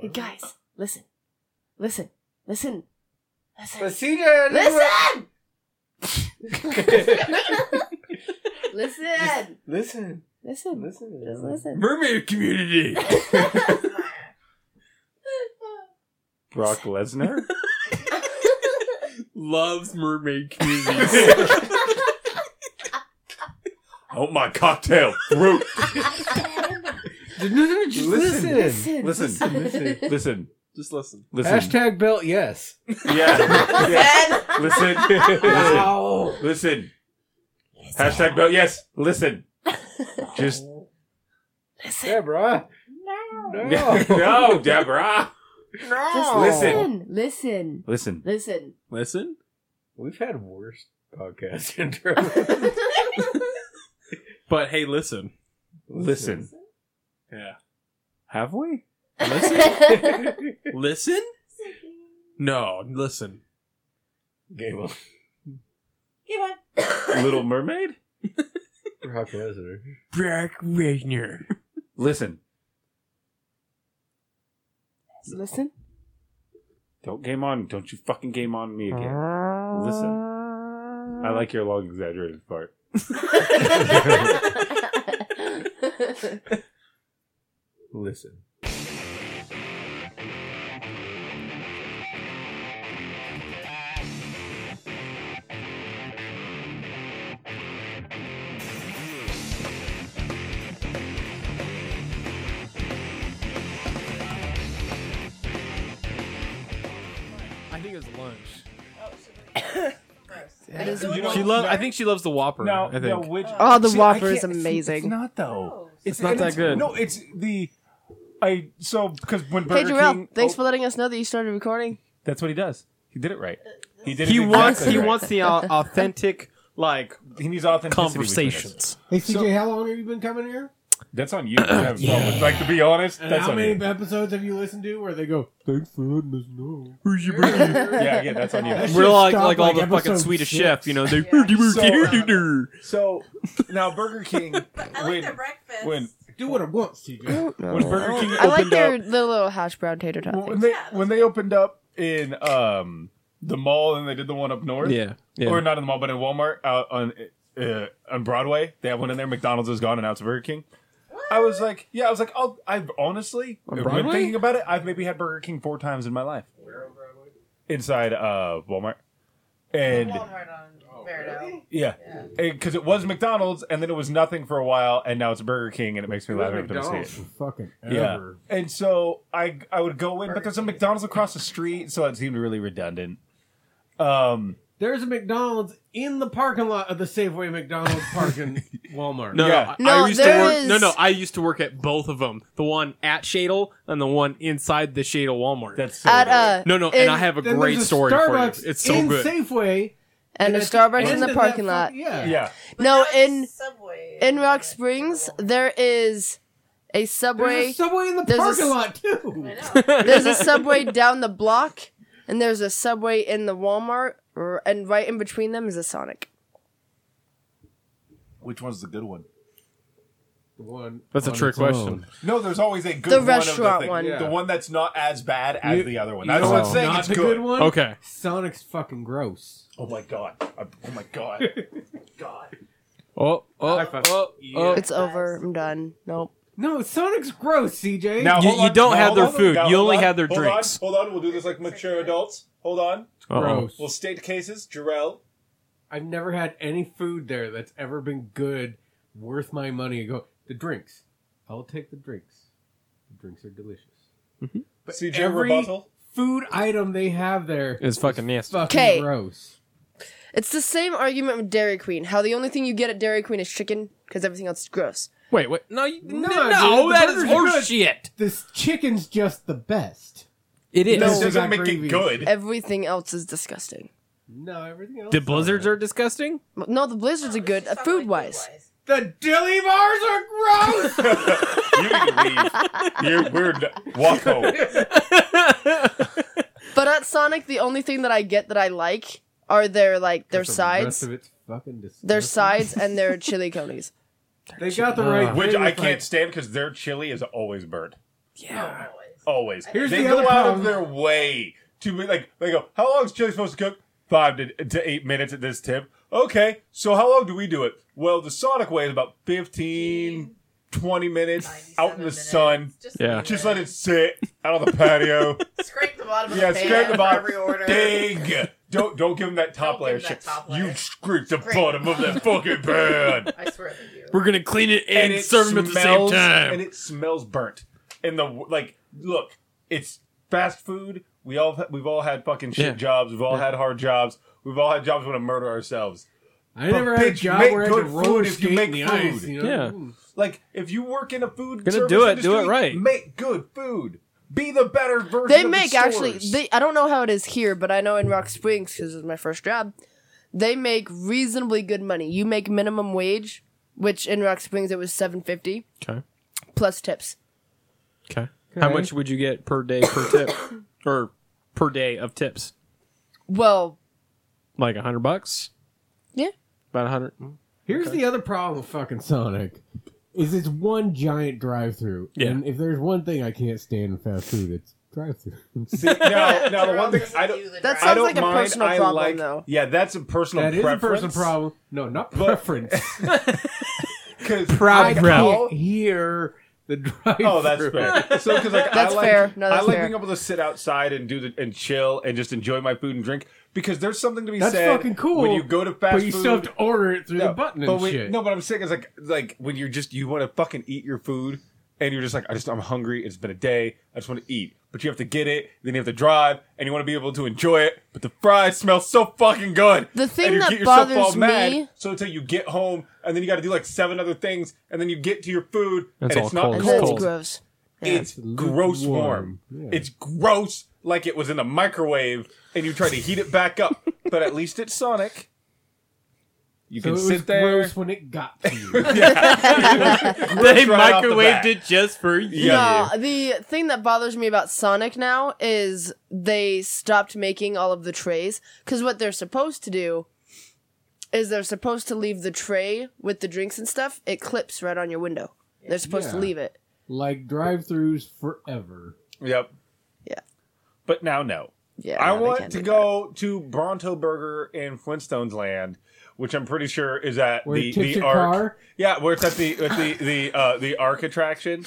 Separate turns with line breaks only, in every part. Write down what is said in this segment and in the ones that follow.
Hey, guys, listen, listen, listen,
But
listen,
CJ,
listen,
listen,
listen,
listen,
listen, just
listen.
listen.
Mermaid community.
Brock Lesnar?
Loves mermaid communities.
I want Oh, my cocktail. Throat.
no, no, no, just listen.
Listen.
Listen.
Listen.
Listen.
Listen.
Just listen.
Listen.
Hashtag belt yes.
Yeah. yeah.
Listen.
Listen. Listen.
Wow.
Listen. Hashtag belt. Yes. Listen. Just
Listen.
Deborah.
No.
No.
no, Deborah.
Just listen. Listen.
Listen.
Listen.
Listen.
We've had worse podcast intro.
But hey, listen.
Listen.
Yeah.
Have we?
Listen? No, listen.
Game on.
Little Mermaid.
Brock Lesnar.
Brock Lesnar.
Listen.
Listen.
Don't game on. Don't you fucking game on me again. Listen. I like your long exaggerated part.
Listen.
I think it was lunch.
That is
She
one-
love. I think she loves the Whopper. I think.
which?
Oh, the
See, I
Whopper is
can't- it's-
amazing.
It's not though.
It's not that good.
No, it's the. I so because when
Hey
Burger
Jarrell,
King,
thanks
oh,
for letting us know that you started recording.
That's what he does. He did it right.
Uh,
He did.
he
it
wants.
exactly
He
right.
wants the au- authentic like
He needs authenticity. between us.
conversations.
Hey CJ, how long have you been coming here?
That's on you. That's on- Like to be honest,
And
that's
how
on
many
you.
episodes have you listened to where they go, Thanks for letting us know?
Who's your birthday?
Yeah, yeah, that's on you.
That
We're
shit
like
stopped,
like all the
episode
fucking Swedish
six.
Chef, you know. They
So now Burger King.
I like
when,
the breakfast.
when
Do what I want, CJ.
when Burger King
I like
opened
their
up,
little, little hash brown tater tot.
well, when
things.
they when they opened up in um the mall and they did the one up north.
Yeah, yeah.
or not in the mall, but in Walmart out on uh, on Broadway. They have one in there. McDonald's is gone, and now it's Burger King. I was like, yeah, I was like, I'll, I've honestly,
On
when
Broadway?
thinking about it, I've maybe had Burger King four times in my life. Where on Broadway? Inside uh, Walmart, and
Walmart on
Oh,
Verdo.
yeah, because it was McDonald's, and then it was nothing for a while, and now it's Burger King, and it makes me laugh every time I
McDonald's for
see it.
fucking
Yeah,
ever.
and so I I would go in, but there's a McDonald's across the street, so it seemed really redundant. Um,
There's a McDonald's in the parking lot of the Safeway McDonald's park in Walmart.
No,
Yeah.
No,
no, I- I used to
there
work.
is-
No, no, I used to work at both of them. The one at Shadle and the one inside the Shadle Walmart.
that's so
At
weird.
uh,
no, no,
in-
and I have a
Then
great
there's a
story for you.
Starbucks
It's so
in
good.
Safeway.
and a
at
Starbucks in
end
the
of
parking
that
lot.
fuck- yeah.
yeah.
No,
But now it's
Oh, in-
Subway.
In Rock Springs, there is a
There's
subway.
a Subway in the
There's a
parking
s-
lot too.
I know.
There's a subway down the block, and there's a subway in the Walmart, r- and right in between them is a Sonic.
Which one's the good one?
One.
That's a
on
trick
its own.
question.
No, there's always a good
The
one
restaurant
of the thing.
one.
The
Yeah.
one that's not as bad as
You-
the other one.
you
That's
know
what I'm
what's
saying.
Not
It's
the
good.
good one.
Okay,
Sonic's fucking gross.
Oh my god. I- oh my god. god.
Oh, oh,
High five.
oh, oh.
It's over. I'm done. Nope.
No, Sonic's gross, CJ.
Now
You-
hold
you
on.
don't
Now,
have
hold
their
on.
food.
Now,
You
hold
only
on.
have their
Hold
drinks.
On. Hold on. We'll do this like mature adults. Hold on.
Uh-oh.
gross.
We'll state cases. Jarrell.
I've never had any food there that's ever been good, worth my money. Go the drinks. I'll take the drinks. The drinks are delicious. But
CJ
every
rebuttal.
food item they have there
It's fucking nasty.
fucking
'Kay.
gross.
It's the same argument with Dairy Queen. How the only thing you get at Dairy Queen is chicken because everything else is gross.
Wait, wait. No, you,
No,
no,
dude,
no
the
that is
burgers are good.
horseshit.
This chicken's just the best.
It is.
No.
This
Got
doesn't make
gravy.
it good.
Everything else is disgusting.
No, everything else.
The blizzards are disgusting.
No, the blizzards are good, uh,
Subway
food wise.
the dilly bars are gross.
you can leave. You're weird. Walk home.
But at Sonic, the only thing that I get that I like are their like their
The rest
sides,
of it's fucking disgusting.
their sides, and their chili conies.
They got the right.
Which
thing.
I
It's
can't stand because their chili is always burnt.
Always.
Always.
Here's
they
the
go
other
out
problem.
of their way to be like, they go, how long is chili supposed to cook? Five to, to eight minutes at this tip. Okay, so how long do we do it? Well, the Sonic way is about 15, 20 minutes out in
97
the sun.
minutes. Just
Yeah.
leave
Just let it sit out on the patio.
Scrape the bottom of
Yeah,
the pan
scrape the bottom.
for every order.
Dig. Don't don't give him that
Don't
top
give
layer
him that
shit.
top
You
layer.
scraped the
Scrape.
bottom of that fucking pan.
I swear they do.
We're gonna clean it and,
it
serve them at the same
smells-
time.
And it smells burnt. And the like, look, it's fast food. We all we've all had fucking shit
Yeah.
jobs. We've all had hard jobs. We've all had jobs we want to murder ourselves.
I
But
never had a
bitch,
job
make
where I had to
good
roller
food if you
skate in
make
the ice.
food.
You know? Hmm.
Yeah.
Ooh.
Like if you work in a food
Gonna
service
do it, do it
industry,
right.
Make good food. Be the better version.
They
of
make
the
actually.
stores.
They I don't know how it is here, but I know in Rock Springs because it was my first job. They make reasonably good money. You make minimum wage, which in Rock Springs it was seven fifty
okay.
plus tips.
Okay. How much would you get per day per tip, or per day of tips?
Well,
Like a hundred bucks?
Yeah.
About a hundred.
Here's the other problem with fucking Sonic. Is it's one giant drive through.
Yeah.
And if there's one thing I can't stand in fast food, it's drive through.
See, now, now the
Jerome
one thing
doesn't
I
do
don't.
the
That
dry-
I
sounds
don't
like a
mind,
personal
I
problem,
like,
though.
Yeah, that's a personal
That is a
preference.
personal problem. No, not
But-
preference.
'Cause
Proud
I
problem.
all-
can't hear the drive.
Oh, that's fair. So because like
That's
I like,
fair. No, that's
I like
fair.
being able to sit outside and do the and chill and just enjoy my food and drink because there's something to be
That's
said.
fucking cool.
when you go to fast
But you
food.
still have to order it through
no,
the button and
but when-
shit.
No, but I'm saying is like like when you're just you want to fucking eat your food and you're just like I just I'm hungry. It's been a day. I just want to eat. But you have to get it, then you have to drive, and you want to be able to enjoy it. But the fries smell so fucking good.
The thing
and you
that
get yourself
bothers
all
me-
mad. So until you get home, and then you got to do like seven other things, and then you get to your food,
That's
and
all
it's not
And
cold. It's
that's
cold.
gross.
it's gross warm.
Yeah.
It's gross like it was in the microwave and you try to heat it back up. but at least it's Sonic. You
so it
can
was
sit there.
gross when it got to you.
They
right off the bat.
just for you.
Yeah.
No, the thing that bothers me about Sonic now is they stopped making all of the trays because what they're supposed to do is they're supposed to leave the tray with the drinks and stuff. It clips right on your window. They're supposed to
Yeah.
leave it.
like drive-throughs forever.
Yep.
Yeah.
But now no.
Yeah,
I
no, they
want
can't
to
do
go to Bronto Burger in Flintstones Land, which I'm pretty sure is at
Where
the
it tips
the
your
arc.
car?
Yeah, where it's at the at the the uh, the arc attraction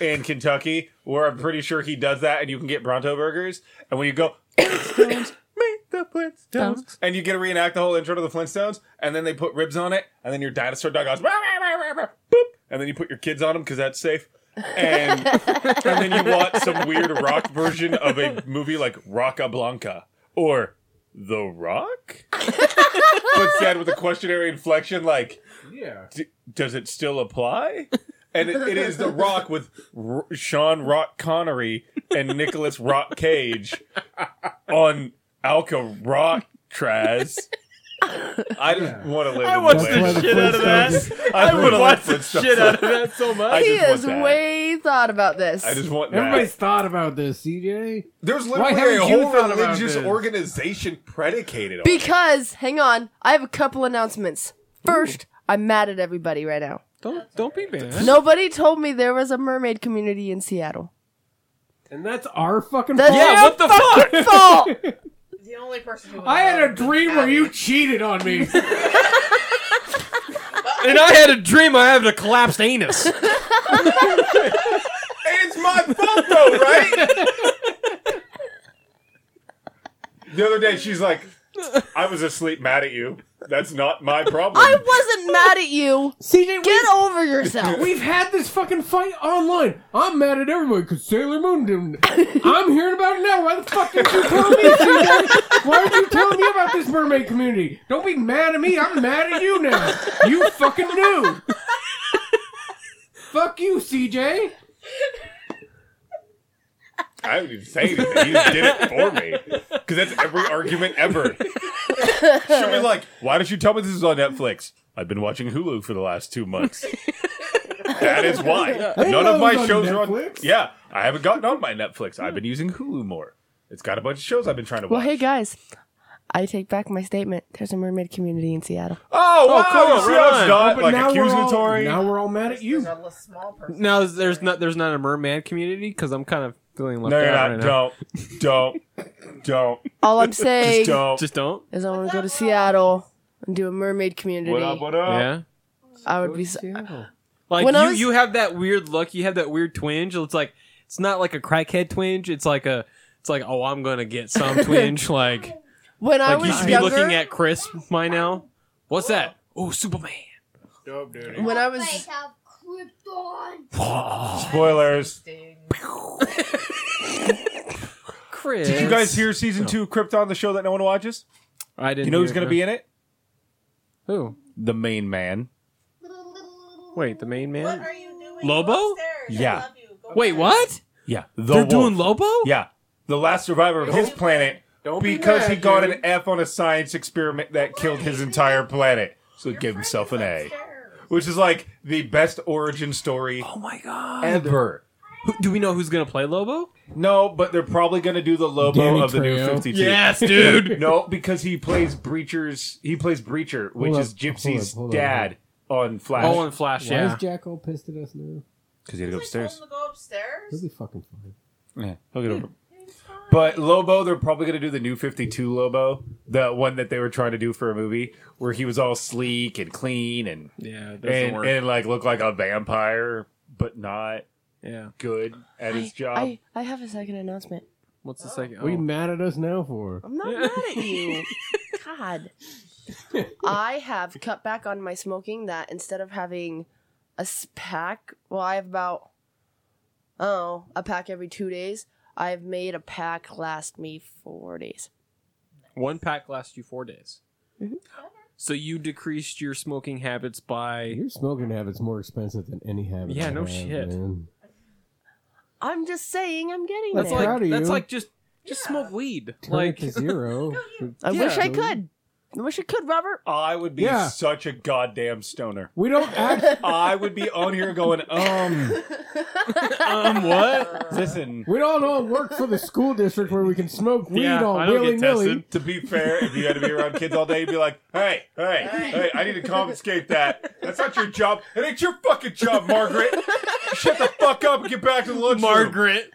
in Kentucky, where I'm pretty sure he does that, and you can get Bronto burgers. And when you go Flintstones, meet the Flintstones, and you get to reenact the whole intro to the Flintstones, and then they put ribs on it, and then your dinosaur dog goes "Wah, wah, wah, wah, wah," boop, and then you put your kids on them because that's safe. And, and then you want some weird rock version of a movie like Rocka Blanca or The Rock, but said with a questionary inflection like
Yeah.
D- does it still apply? And it, it is The Rock with R- Sean Rock Connery and Nicholas Rock Cage on Alka Rock Traz. I just
Yeah.
want to live.
I
in
watched
the
That's why
the
land.
the
shit out of that.
Flintstones-
I,
I would
wanna
watch the
live Flintstones.
shit out of that so
I
much.
He
just want
has
that.
way thought about this.
I just want that.
Everybody's thought about this, CJ.
There's
Why
literally a
haven't you
whole
thought about
religious
this?
organization predicated on. it.
because hang on, I have a couple announcements. First, I'm mad at everybody right now.
Don't don't be mad.
Nobody told me there was a mermaid community in Seattle.
And that's our fucking
That's
fault.
Yeah, what the fuck?
your fault.
The only person who
I had a
knows
dream
is
where you
Abby.
cheated on me.
And I had a dream I had a collapsed anus.
And it's my fault though, right? the other day, she's like, "I was asleep, mad at you. That's not my problem."
I wasn't mad at you.
CJ,
Get over yourself.
We've had this fucking fight online. I'm mad at everybody because Sailor Moon didn't. I'm hearing about it now. Why the fuck did you tell me? CJ? Why are you telling me about this mermaid community? Don't be mad at me. I'm mad at you now. You fucking knew. Fuck you, CJ.
I didn't even say anything. You just did it for me. Because that's every argument ever. She'll be like, why did you tell me this is on Netflix? I've been watching Hulu for the last two months. that is why.
didn't
None
know
of
it was
my
on
shows are on
Netflix.
Yeah, I haven't gotten on my Netflix. I've been using Hulu more. It's got a bunch of shows I've been trying to
Well,
watch.
hey guys, I take back my statement. There's a mermaid community in Seattle.
oh, wow,
cool,
you see
right
how it's
on.
not, like
we're all-
accusatory.
now we're all mad at you.
There's a little small person.
now there's not there's not a merman community because I'm kind of Feeling left
No,
out
you're
right
not.
now.
Don't, don't, don't,
All I'm saying
just don't.
Just don't.
is I want to go to Seattle and do a mermaid community.
What up? What up?
Yeah.
I would be. So-
Like
When
you,
I was-
you have that weird look. You have that weird twinge. It's like it's not like a crackhead twinge. It's like a. It's like oh, I'm gonna get some twinge. Like
when I
like
was
you should
younger,
be looking at Chris by now. What's that? Oh, Superman.
when I was
Spoilers.
Chris.
Did you guys hear season two of Krypton, the show that no one watches?
I didn't.
You know who's going to be in it?
Who?
The main man.
Wait, the main
What
man.
are you doing?
Lobo?
Go upstairs. I
Yeah.
love you. Go
Wait,
upstairs.
what?
Yeah, the
They're
wolf.
doing Lobo.
Yeah, the last survivor of his planet
Don't be
because
mad,
he got an
dude.
F on a science experiment that killed his entire planet, so he gave himself an A,
Upstairs.
which is like the best origin story
Oh my god.
ever.
Who- do we know who's gonna play Lobo?
No, but they're probably going to do the Lobo
Danny
of the New
Trejo.
Fifty Two.
dude.
No, because he plays Breacher's. He plays Breacher, which
Hold
is
up,
Gypsy's
hold up, hold up.
dad on Flash.
oh, and Flash.
Why
Yeah.
is Jack all pissed at us now?
because he had to
Did
go
I
upstairs.
Tell him to go upstairs.
He'll be fucking fine.
Yeah, he'll get over. it.
It's fine.
But Lobo, they're probably going to do the new 52 Lobo, the one that they were trying to do for a movie where he was all sleek and clean and
Yeah. it Doesn't
and,
work.
and like looked like a vampire, but not
yeah.
good at his job.
I, I have a second announcement.
What's the second?
What are you
oh.
mad at us now for?
I'm not mad at you. God. I have cut back on my smoking that instead of having a s- pack, well, I have about, oh, a pack every two days. I've made a pack last me four days.
One pack lasts you four days. Mm-hmm.
Mhm.
So you decreased your smoking habits by.
Your smoking habit's more expensive than any habit.
Yeah,
I
no
have,
shit.
Man.
I'm just saying I'm getting
That's
there.
proud
Like,
of
that's
you.
like just just smoke weed.
Turn
like
it to zero.
I
yeah,
wish I
dude.
could. I wish I could, Robert.
I would be
Yeah.
such a goddamn stoner.
we don't act.
I would be on here going, um,
um what?
listen.
We don't all work for the school district where we can smoke weed
Yeah, I
all
don't get
willy nilly.
tested.
To be fair, if you had to be around kids all day, you'd be like, hey, hey, hey, I need to confiscate that. That's not your job. It ain't your fucking job, Margaret. Shut the fuck up and get back to the lunchroom.
Margaret.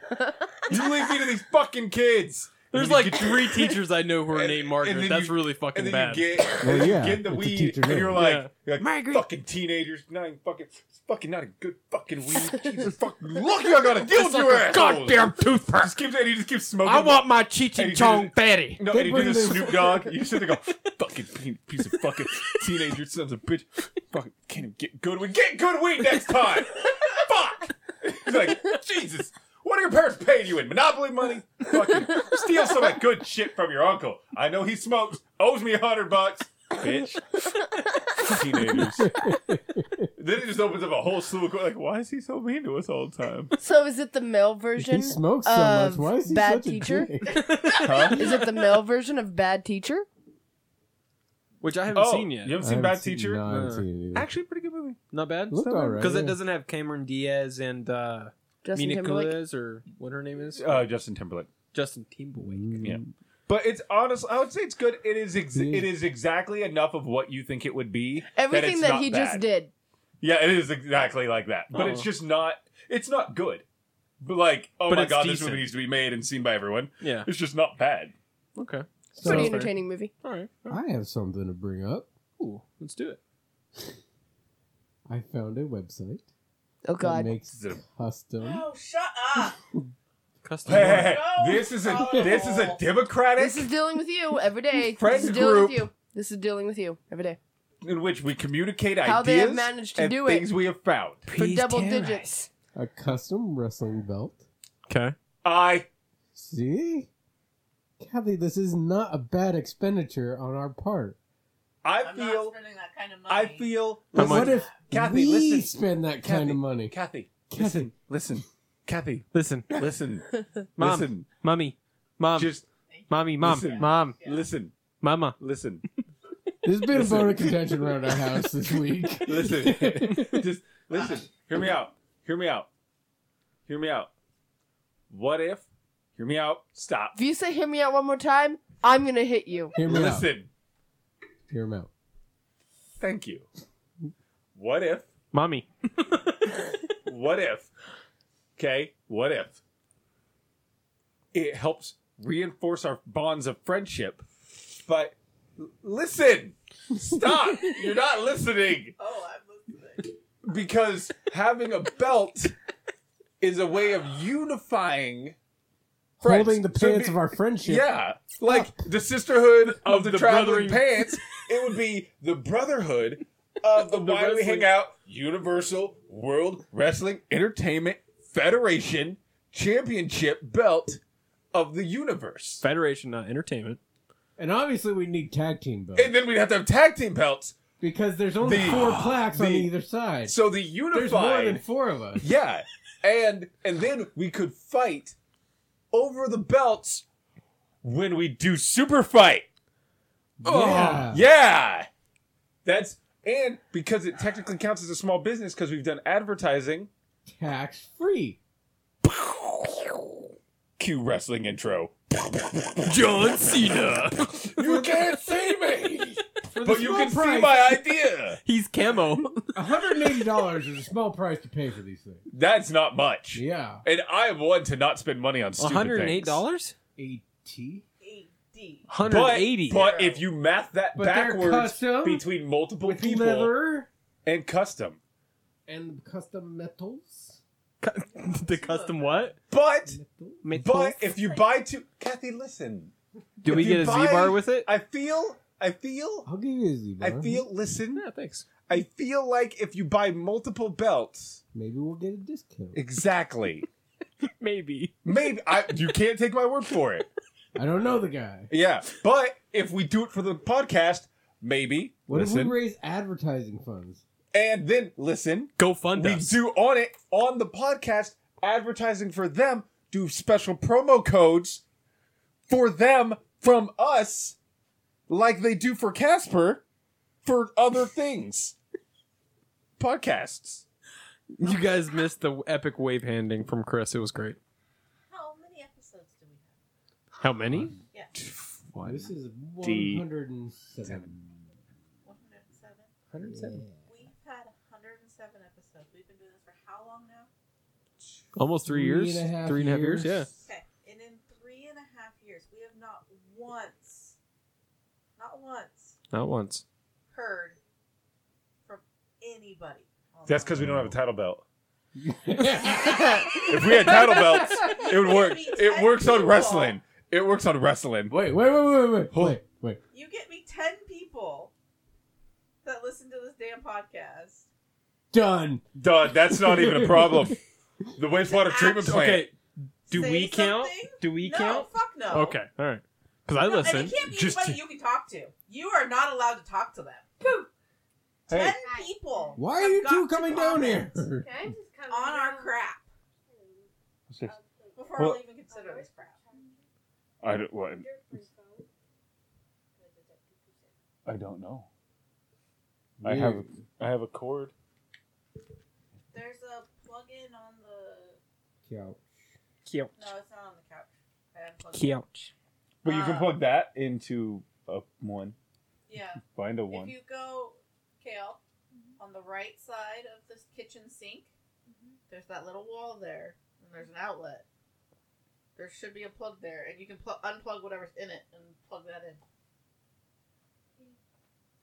You leave me to these fucking kids.
There's
And you
like
get-
three teachers I know who are
And-
named
and
Margaret.
then
That's
you-
really
and
fucking
then
bad.
you get, and
Well,
you
yeah,
get the
it's a
weed,
teacher
and you're
name.
like,
Yeah.
you're like
Margaret.
fucking teenagers, not even fucking, it's fucking not a good fucking weed. Jesus fucking, lucky I got a deal with your ass.
Goddamn
Just
toothpaste.
keeps, and he just keeps smoking.
I want my Cheech
Hey,
and
you
Chong
did it.
fatty.
No,
They
and you do
bring
this
this-
Snoop Dogg. You sit there go, fucking pe- piece of fucking teenager sons of bitch. Fucking can't even get good weed. Get good weed next time. Fuck. He's like, Jesus. What are your parents paying you in monopoly money? Fucking steal some of that good shit from your uncle. I know he smokes. Owes me a hundred bucks. Bitch. Teenagers. then it just opens up a whole slew of like, why is he so mean to us all the time?
So is it the male version?
He smokes so much.
of
Why is he
bad
such
teacher?
a dick?
Is it the male version of bad teacher?
Which I haven't
Oh,
seen
you
yet.
haven't
I
seen
haven't
Bad
seen-
Teacher?
no, I haven't
Uh,
seen it either.
Actually, pretty good movie.
Not bad.
Looked alright,
Because it
yeah.
doesn't have Cameron Diaz and uh,
Justin
Mina
Timberlake.
Kulas or what her name is.
Uh, Justin Timberlake.
Justin Timberlake.
Yeah. But it's honest. I would say it's good. It is. Ex-
Yeah.
it is exactly enough of what you think it would be.
Everything
it's
that
not
he
bad.
just did.
Yeah, it is exactly like that. But it's
Oh.
just not. It's not good. But like, oh
But
my
it's
god, this
decent.
movie needs to be made and seen by everyone.
Yeah.
It's just not bad.
Okay.
So,
Pretty
fair.
entertaining movie.
All right. All right.
I have something to bring up.
Ooh, let's do it.
I found a website
Oh
that
God.
makes custom.
Oh, shut up.
Custom.
Hey, hey, hey,
No.
this is a this is a democratic
This is dealing with you every day.
Friends
this is dealing
group.
with you. This is dealing with you every day.
in which we communicate
How
ideas
they have managed to
and
do it.
things we have found.
For double digits.
A custom wrestling belt.
Okay.
I
See? Kathy, this is not a bad expenditure on our part.
I
I'm not
feel
spending that kind of money.
I feel.
But
much-
what if
Kathy,
we
listen.
spend that
Kathy,
kind of money?
Kathy,
Kathy.
listen, listen, Kathy,
Listen,
listen,
Mom.
listen.
mommy, mom,
Just
mommy, mom,
listen.
mom,
listen,
mama.
listen.
There's been
Listen.
a bone of contention around our house this week.
Listen, just listen. Hear me out. Hear me out. Hear me out. What if? Hear me out. Stop.
If you say "Hear me out" one more time, I'm gonna hit you.
Hear me out.
Listen.
Hear him out.
Thank you. What if?
Mommy.
What if? Okay. What if? it helps reinforce our bonds of friendship. But l- listen, stop. You're not listening
Oh, I'm listening.
because having a belt is a way of unifying friends.
Holding the
So it'd
pants
be-
of our friendship.
yeah, like the sisterhood of,
Of
the,
the
traveling
brothering-
pants. It would be the brotherhood of the, why we
wrestling-
hang out Universal World Wrestling Entertainment Federation Championship belt of the universe.
Federation, not entertainment.
And obviously, we need tag team belts
And then we'd have to have tag team belts.
because there's only
The-
four plaques on
the-
either side.
So the
There's more
unified,
than four of us.
yeah, and and then we could fight over the belts when we do super fight.
Yeah.
Yeah. That's and because it technically counts as a small business because we've done advertising.
Tax free.
Cue wrestling intro.
John Cena.
You can't see me,
For the
but you
small
can see
price-
my idea.
He's camo.
$180 is a small price to pay for these things.
That's not much.
Yeah.
And I am one to not spend money on
One
stupid
hundred and eight
things.
dollars.
80
AD.
One hundred
But,
and eighty.
but if you math that
But they're
backwards
custom
between multiple
With
people
leather
and custom,
and custom metals.
the custom what?
but
Metal?
but if you buy two, Kathy, listen.
do
if
we
you
get a Z
buy-
bar with it?
I feel, I feel,
I'll give you a Z
I
bar.
feel. Listen,
yeah, thanks.
I feel like if you buy multiple belts,
Maybe we'll get a discount.
exactly.
Maybe.
Maybe I, you can't take my word for it.
I don't know the guy.
Yeah, but if we do it for the podcast, maybe
What if
listen,
we raise advertising funds?
and then listen.
Go fund
We
us.
do on it on the podcast advertising for them. Do special promo codes for them from us, like they do for Casper, for other things, podcasts.
You guys missed the epic wave handing from Chris. It was great.
How many episodes do we have?
How many?
Yeah.
What?
This is
D.
107.
107?
107.
We've had 107 episodes. We've been doing this for how long now?
Almost three years. Three and a half years. Yeah.
Okay. And in three and a half years, we have not once, not once,
Not once.
heard from anybody. on
That's
that.
because we don't have a title belt.
yeah.
If we had title belts, it would work. It works on
People.
wrestling. It works on wrestling.
wait, wait, wait, wait, wait, wait, wait.
You get me 10 people that listen to this damn podcast.
Done.
Duh, that's not even a problem. The wastewater treatment plant.
Okay. Do
Say
we count?
something?
Do we
no,
count?
fuck no.
Okay. All right. Because I
No,
listen.
And it can't be
just
anybody you can talk to. You are not allowed to talk to them. Pooh. Ten people.
Why are
have
you
got
two
to
coming down
comment
here?
Can I just come
On our
down?
crap. Before
Well-
I'll even consider this crap.
I don't. What? I don't know. I have.
Weird.
I have a cord.
There's a plug-in on the.
Couch.
No, it's not on the couch. I unplugged it.
Couch.
But you can
Ah.
plug that into a one.
Yeah.
Find a
If
one.
you go, Kale, on the right side of this kitchen sink, there's that little wall there, and there's an outlet. There should be a plug there, and you can pl- unplug whatever's in it and plug that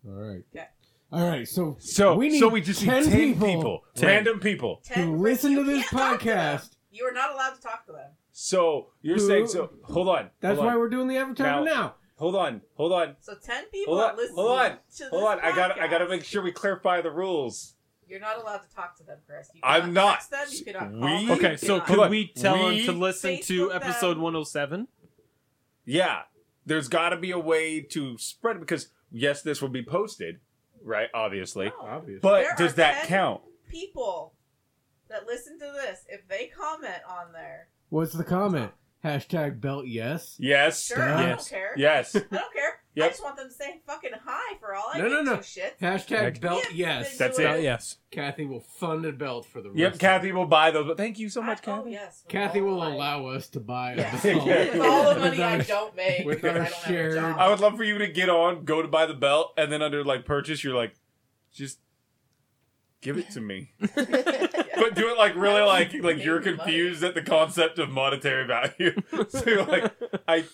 in.
All right.
Okay.
All right. So
So
We need
so we just
10
need ten people,
people.
Ten.
random people.
Ten.
Who listen to
you
this
can't talk to them.
podcast.
You are not allowed to talk to them.
So you're
Who-
saying so? Hold on.
that's
hold
why
on,
we're doing the advertising
Now-
now.
Hold on. Hold on.
So ten people
Hold on.
that listen.
Hold on.
To this
Hold on. I got. to I got to
podcast,
make sure we clarify the rules.
You're not allowed to talk to them, Chris. You
I'm
cannot
not.
text Them. You cannot call
We-
them.
Okay,
You
so
cannot-
Hold
could
on.
we tell
We-
him to listen to
Facebook
episode
them.
107?
Yeah. There's got to be a way to spread it because, yes, this will be posted, right? Obviously.
No.
But
There
does
are
that
10
count?
people that listen to this, if they comment on there,
What's the comment? Hashtag belt yes.
Yes.
sure, I
Yes.
don't care.
Yes.
I don't care.
Yep.
I just want them to say fucking hi for all I
No,
give
no, no.
two shits.
Hashtag
Hashtag-
belt
Yeah,
yes.
then
That's
do
it.
yes.
Kathy will fund a belt for the rest.
yep.
of
Kathy will buy those. But thank you so
I-
much,
oh,
Kathy.
yes,
it. Kathy will
All right.
allow us to buy a
Yeah.
belt.
Yeah.
With all the
With
money I
our-
don't make
with
because
our
I don't
shared-
have a job.
I would love for you to get on, go to buy the belt, and then under like purchase, you're like, just give it to me.
Yeah.
but do it like really like like you're confused at the concept of monetary value. so you're like, I,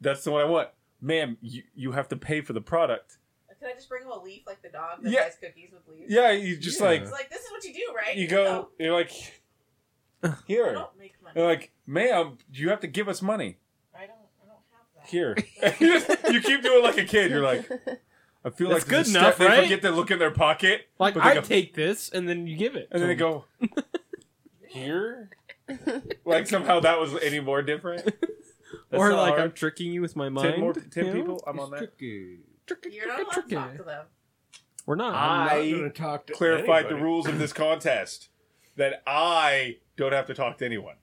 that's the one I want, ma'am. You you have to pay for the product.
Can I just bring him a leaf like the dog that
Yeah.
buys cookies with leaves?
Yeah, you just
Yeah.
like
It's like this is what you do, right?
you go. You're like,
No, I
here.
don't make money.
You're like, ma'am, you have to give us money.
I don't. I don't have that.
Here. you, just- you keep doing like a kid. You're like, I feel
That's
like there's
good
a
enough,
step-
right?
They forget to look in their pocket.
Like
But they
I
go-
take this, and then you give it,
And
to
then they
him.
go, here? like somehow that was any more different. That's
or
not
like I'm
hard.
tricking you with my mind.
ten, more,
you
ten
know?
people, I'm on that.
Trick-
You're not allowed to
trick-
talk to them.
We're not.
I'm
I
not gonna talk to
Clarified the
anybody.
rules of this contest that I don't have to talk to anyone,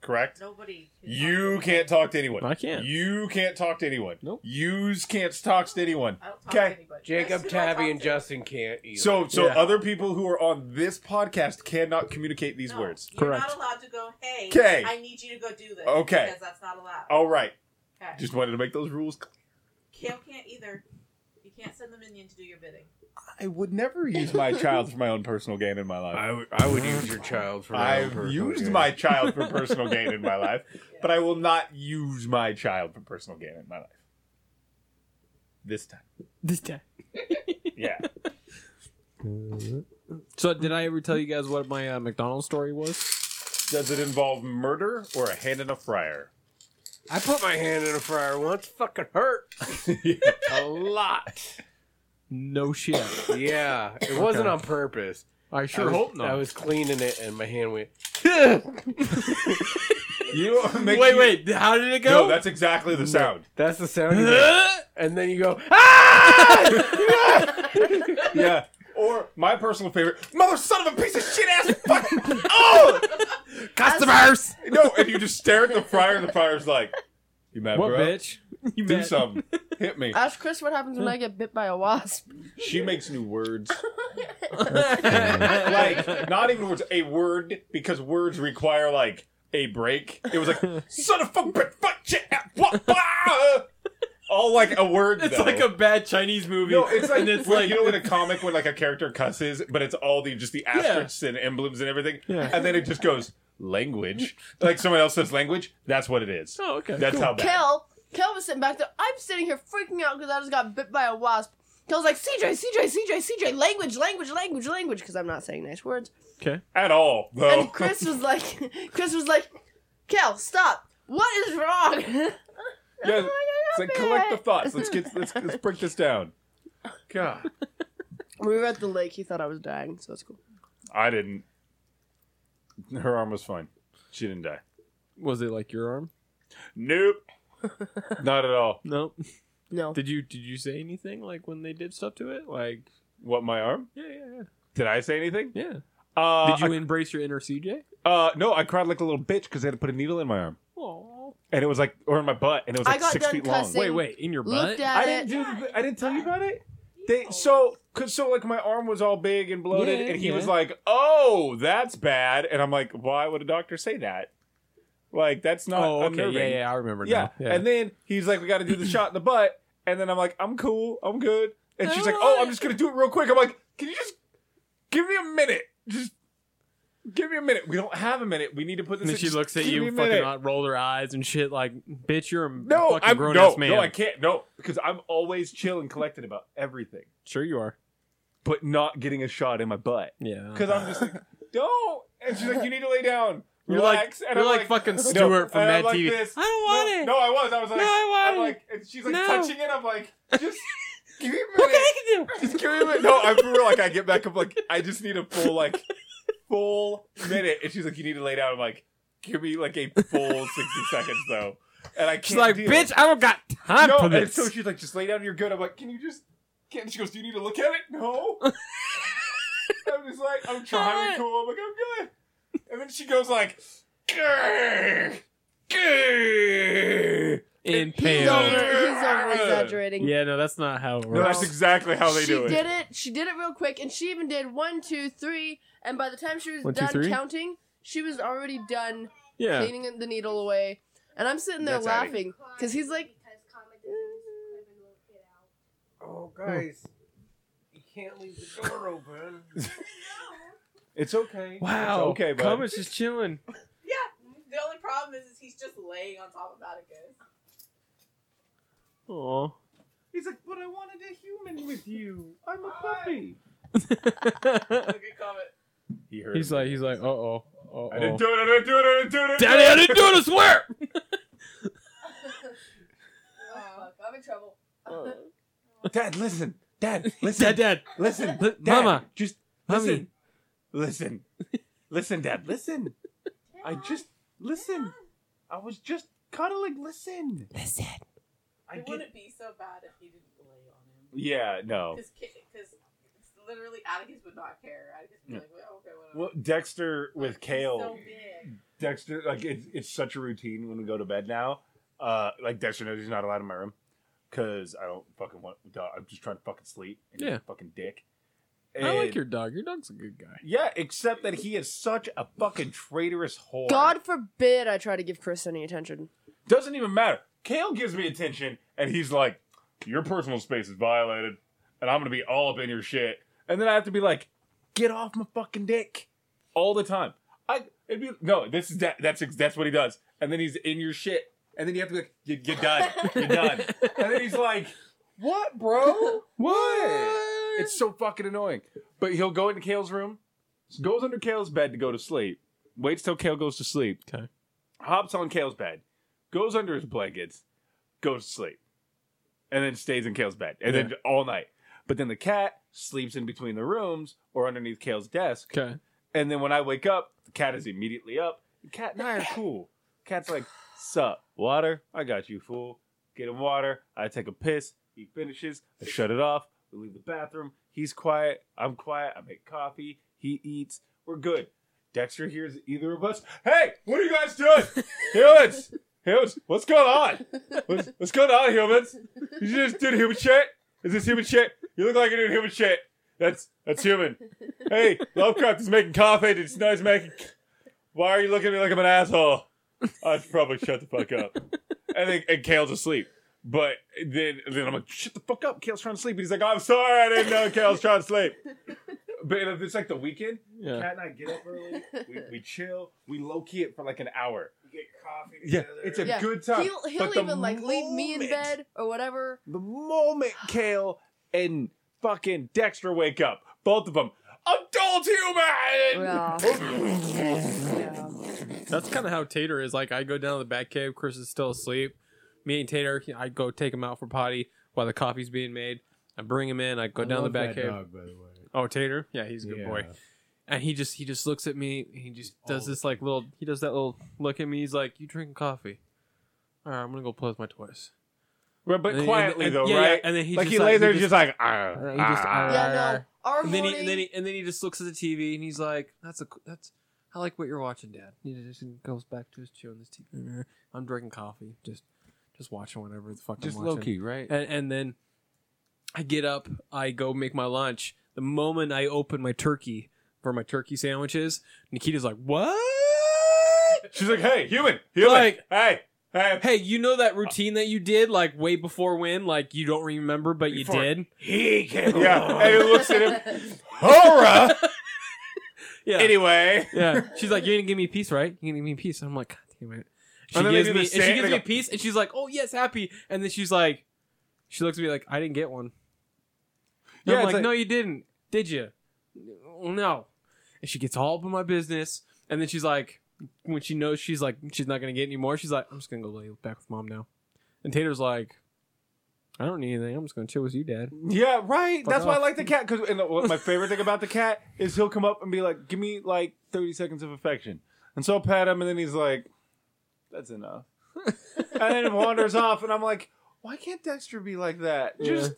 correct?
Nobody. can talk
You
to them.
can't talk to anyone.
I can't.
You can't talk to anyone.
Nope.
Yous can't talk to anyone.
I don't talk
Okay.
to anybody. That's
Jacob,
who I
Tabby,
talk
and
to.
Justin can't either.
So, so
Yeah.
other people who are on this podcast cannot communicate these
No,
words.
You're
Correct.
not allowed to go. Hey,
'Kay.
I need you to go do this.
Okay.
Because that's not allowed.
All right,
Okay.
just wanted to make those rules. cl-
Kale can't either. You can't send the minion to do your bidding.
I would never use my child for my own personal gain in my life.
I would- I would use your child for. my own
I've
personal
used
gain.
my child for personal gain in my life, but I will not use my child for personal gain in my life. This time.
This guy.
Yeah.
So did I ever tell you guys what my uh, McDonald's story was?
Does it involve murder or a hand in a fryer?
I put my hand in a fryer once. Fucking hurt a lot.
No shit.
Yeah, it wasn't
Okay.
on purpose.
I
I
sure
was-
hope not.
I was cleaning it, and my hand went.
You make
wait,
you-
wait. How did it go?
No, that's exactly the sound.
That's the sound. you make. and then you go. Ah!
Yeah. Or my personal favorite, mother son of a piece of shit ass fucking oh
customers.
no, and you just stare at the fryer and the fryer's like, You mad,
What
bro?
bitch? You
Do
mad?
something. Hit me.
Ask Chris what happens
Hmm.
when I get bit by a wasp.
She makes new words. like not even words, a word because words require like a break. It was like son of a fucking bitch, fuck shit, ah, wah, wah." all like a word.
It's
though.
like a bad Chinese movie.
no. It's like
and it's
when-
like
you know in a comic when like a character cusses, but it's all the just the asterisks and emblems and everything,
Yeah.
and then it just goes language. Like someone else says language. That's what it is.
Oh, okay.
That's how bad.
Kel, Kel was sitting back there. I'm sitting here freaking out because I just got bit by a wasp. Kel's like, CJ, CJ, CJ, CJ, language, language, language, language, because I'm not saying nice words.
Okay.
At all though.
And Chris was like, Chris was like, Kel, stop. What is wrong?
Yeah, it's like collect the
it.
thoughts. Let's get let's, let's break this down. God.
When we were at the lake, he thought I was dying, so it's cool.
I didn't. Her arm was fine. She didn't die.
Was it like your arm?
Nope. Not at all.
No.
No.
Did you did you say anything like when they did stuff to it? Like
What, my arm?
yeah yeah
Did I say anything?
yeah yeah.
Uh,
did you embrace your inner CJ?
I- uh, no, I cried like a little bitch because they had to put a needle in my arm.
Oh.
And it was like, or in my butt, and it was
I
like
got
six
done
feet
cussing.
long.
Wait wait in your butt.
Looked at
I
it.
didn't do. th- I didn't tell you about it. They so cause so like my arm was all big and bloated,
Oh. Yeah,
and he
yeah.
was like, "Oh, that's bad," and I'm like, "Why would a doctor say that? Like, that's not
oh okay
unnerving."
yeah yeah I remember
Yeah.
now. Yeah.
And then he's like, we got to do the shot in the butt. And then I'm like, I'm cool. I'm good. And
I
she's
don't
like,
want
oh, I'm
it."
just going to do it real quick. I'm like, can you just give me a minute? Just give me a minute. We don't have a minute. We need to put this
And then
in.
she
Just
looks at
give me
you,
a
fucking
minute.
uh, roll her eyes and shit, like, bitch, you're a
No,
fucking
I'm
grown
no,
ass man.
no, I can't. No, because I'm always chill and collected about everything,
Sure you are.
but not getting a shot in my butt.
Yeah.
Because I'm just like, don't. And she's like, you need to lay down.
you're like,
Relax. and
you're
I'm
like, fucking Stuart
no,
from
and I'm
Mad
like
TV.
this.
I don't want
no,
it.
No, I was. I was like,
No, I
I'm
want it.
like, and she's like
No.
touching it. I'm like, just give me a
What can
minute.
I do?
Just give me a minute. No, I feel like I get back up like I just need a full like full minute. And she's like, you need to lay down. I'm like, give me like a full sixty seconds though. And I can't
She's like,
deal.
bitch, I don't got time
no.
for
And
this.
so she's like, just lay down. You're good. I'm like, can you just? Can she goes? Do you need to look at it? No. I'm just like, I'm trying to be cool. I'm like, I'm good. And then she goes like, grrr, grrr.
In
He's over,
pain.
he's over exaggerating.
Yeah, no, that's not how it
No,
works.
that's exactly how they
she
do it.
did it. She did it real quick, and she even did one, two, three. And by the time she was
One, two,
done
three?
counting, she was already done
Yeah.
cleaning the needle away. And I'm sitting there
That's
laughing because he's like,
oh, guys, you can't leave the door open.
It's okay.
Wow.
It's okay, bud.
Cummins is chilling.
Yeah. The only problem is, is he's just laying on top of Atticus.
Aw.
He's like, but I wanted a human with you. I'm a puppy.
Look at Comet.
He heard.
he's like, he's like, uh oh, uh
I didn't
oh.
do it. I didn't do it. I didn't do it. I didn't do
Daddy, I didn't do it. I swear.
Oh, fuck. I'm in trouble.
it. Dad, listen. Dad, listen.
Dad, dad,
Listen.
Li-
Dad,
Mama.
just
Mommy.
listen. Listen. Listen, Dad. Listen. I just listen. I was just cuddling. Listen.
Listen.
I
it
get.
wouldn't be so bad if he didn't lay on him.
Yeah. No.
Because literally Atticus would not care. Atticus would be like, well, okay, whatever.
Well, Dexter with
He's
Kale.
So big.
Dexter, like it's it's such a routine when we go to bed now. Uh, like Dexter knows he's not allowed in my room because I don't fucking want. dog, I'm just trying to fucking sleep. And he's
Yeah.
a fucking dick.
I like
And-
your dog. Your dog's a good guy.
Yeah, except that he is such a fucking traitorous whore.
God forbid I try to give Chris any attention.
doesn't even matter. Kale gives me attention, and he's like, "Your personal space is violated, and I'm gonna be all up in your shit." And then I have to be like, "Get off my fucking dick!" all the time. I it'd be no. This is that. That's ex- that's what he does. And then he's in your shit, and then you have to be like, "You- "You're done. You're done." and then he's like, "What, bro? What?" It's so fucking annoying. But he'll go into Kale's room, goes under Kale's bed to go to sleep, waits till Kale goes to sleep,
Okay.
hops on Kale's bed, goes under his blankets, goes to sleep, and then stays in Kale's bed, and then all night. But then the cat sleeps in between the rooms or underneath Kale's desk.
Okay.
And then when I wake up, the cat is immediately up. The cat and I are cool. Cat's like, sup, water? I got you, fool. Get him water. I take a piss. He finishes. I shut it off. We leave the bathroom. He's quiet. I'm quiet. I make coffee. He eats. We're good. Dexter hears either of us. Hey, what are you guys doing? humans! Humans, what's going on? What's, what's going on, humans? Did you just do the human shit? Is this human shit? You look like you're doing human shit. That's that's human. Hey, Lovecraft is making coffee. It's nice making. Why are you looking at me like I'm an asshole? I should probably shut the fuck up. And then and Kale's asleep. But then then I'm like, shut the fuck up. Kale's trying to sleep. And he's like, I'm sorry, I didn't know Kale's trying to sleep. But if it's like the weekend,
Yeah.
Cat and I get up early. We, we chill. We low key it for like an hour.
You get coffee.
Yeah,
together.
it's a
Yeah.
good time.
he'll he'll
But the
even like leave me in
moment-
bed or whatever.
The moment Kale and fucking Dexter wake up, both of them, adult human.
Yeah. yeah.
That's kind of how Tater is. Like, I go down to the back cave. Chris is still asleep. Me and Tater, I go take him out for potty while the coffee's being made. I bring him in. I go
I
down the
love
back
that
cave.
Dog, by the way.
Oh, Tater? Yeah, he's a good
Yeah.
boy. And he just he just looks at me. He just does
All
this like little he does that little look at me. He's like, "You drinking coffee? All right, I'm gonna go play with my toys."
But,
And then-
quietly
and-
though,
yeah, yeah,
right?
and then he
like
just,
he lays there,
he
just, like, ah,
he just-
ah.
ah.
Yeah, no. Our
and then he
morning-
and then he and then he just looks at the TV and he's like, "That's a that's I like what you're watching, Dad." He just goes back to his chair on this TV. I'm drinking coffee, just just watching whatever the fuck I'm watching.
right?
And, and then I get up, I go make my lunch. The moment I open my turkey for my turkey sandwiches, Nikita's like, "What?"
She's like, hey, human, human,
Like-
hey, hey,
Hey, you know that routine that you did like way before when, like you don't remember, but you
Before-
did.
he came. Yeah, and it looks at him, horror.
Yeah,
anyway,
yeah. She's like, "You didn't give me peace, right? You didn't give me peace." I'm like, "God damn it!" She
And then they
gives
do
me,
the
and she
same-
gives
they
me
go-
peace, and she's like, "Oh yes, happy." And then she's like, she looks at me like, "I didn't get one." And
Yeah,
I'm
it's
like,
like-
"No, you didn't, did you?" No. And she gets all up in my business, and then she's like, when she knows she's like she's not gonna get any more, she's like, "I'm just gonna go lay back with mom now." And Tater's like, "I don't need anything. I'm just gonna chill with you, Dad."
yeah, right.
Fuck
That's why I
off.
like the cat because and the, what my favorite thing about the cat is he'll come up and be like, give me like thirty seconds of affection, and so I'll pat him, and then he's like, that's enough, and then wanders off, and I'm like, why can't Dexter be like that?
Yeah.
Just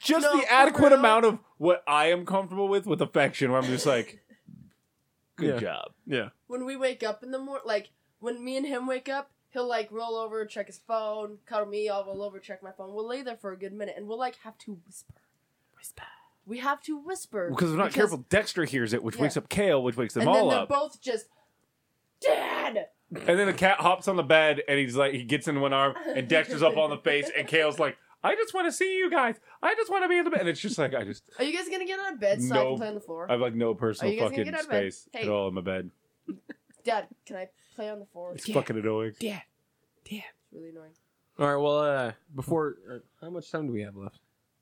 just
No,
the
for
adequate
real.
amount of what I am comfortable with with affection, where I'm just like, good
Yeah.
job.
Yeah.
when we wake up in the morning, like when me and him wake up, he'll like roll over, check his phone, cuddle me, I'll roll over, check my phone. We'll lay there for a good minute, and we'll like have to whisper, whisper. We have to whisper
Because if we're not careful, Dexter hears it, which
Yeah.
wakes up Kale, which wakes them
and then
all
they're
up.
both just dead.
And then the cat hops on the bed and he's like, he gets in one arm and Dexter's up on the face and Kale's like,
I just want to see you guys. I just want to be in the bed. And it's just like I just
Are you guys gonna get out of bed so I
No.
can play on the floor?
I have like no
Are
personal
you guys gonna
fucking
get out of bed?
space
Hey.
at all in my bed.
Dad, can I play on the floor?
It's
Yeah.
fucking annoying.
It's really annoying.
All right. Well, uh, before uh, how much time do we have left?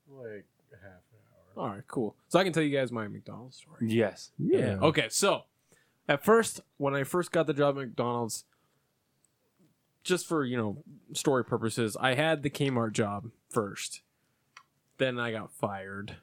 Like half an hour.
All right, cool. So I can tell you guys my McDonald's story.
Yes.
Yeah.
Okay, so at first, when I first got the job at McDonald's, just for you know story purposes, I had the Kmart job first. Then I got fired,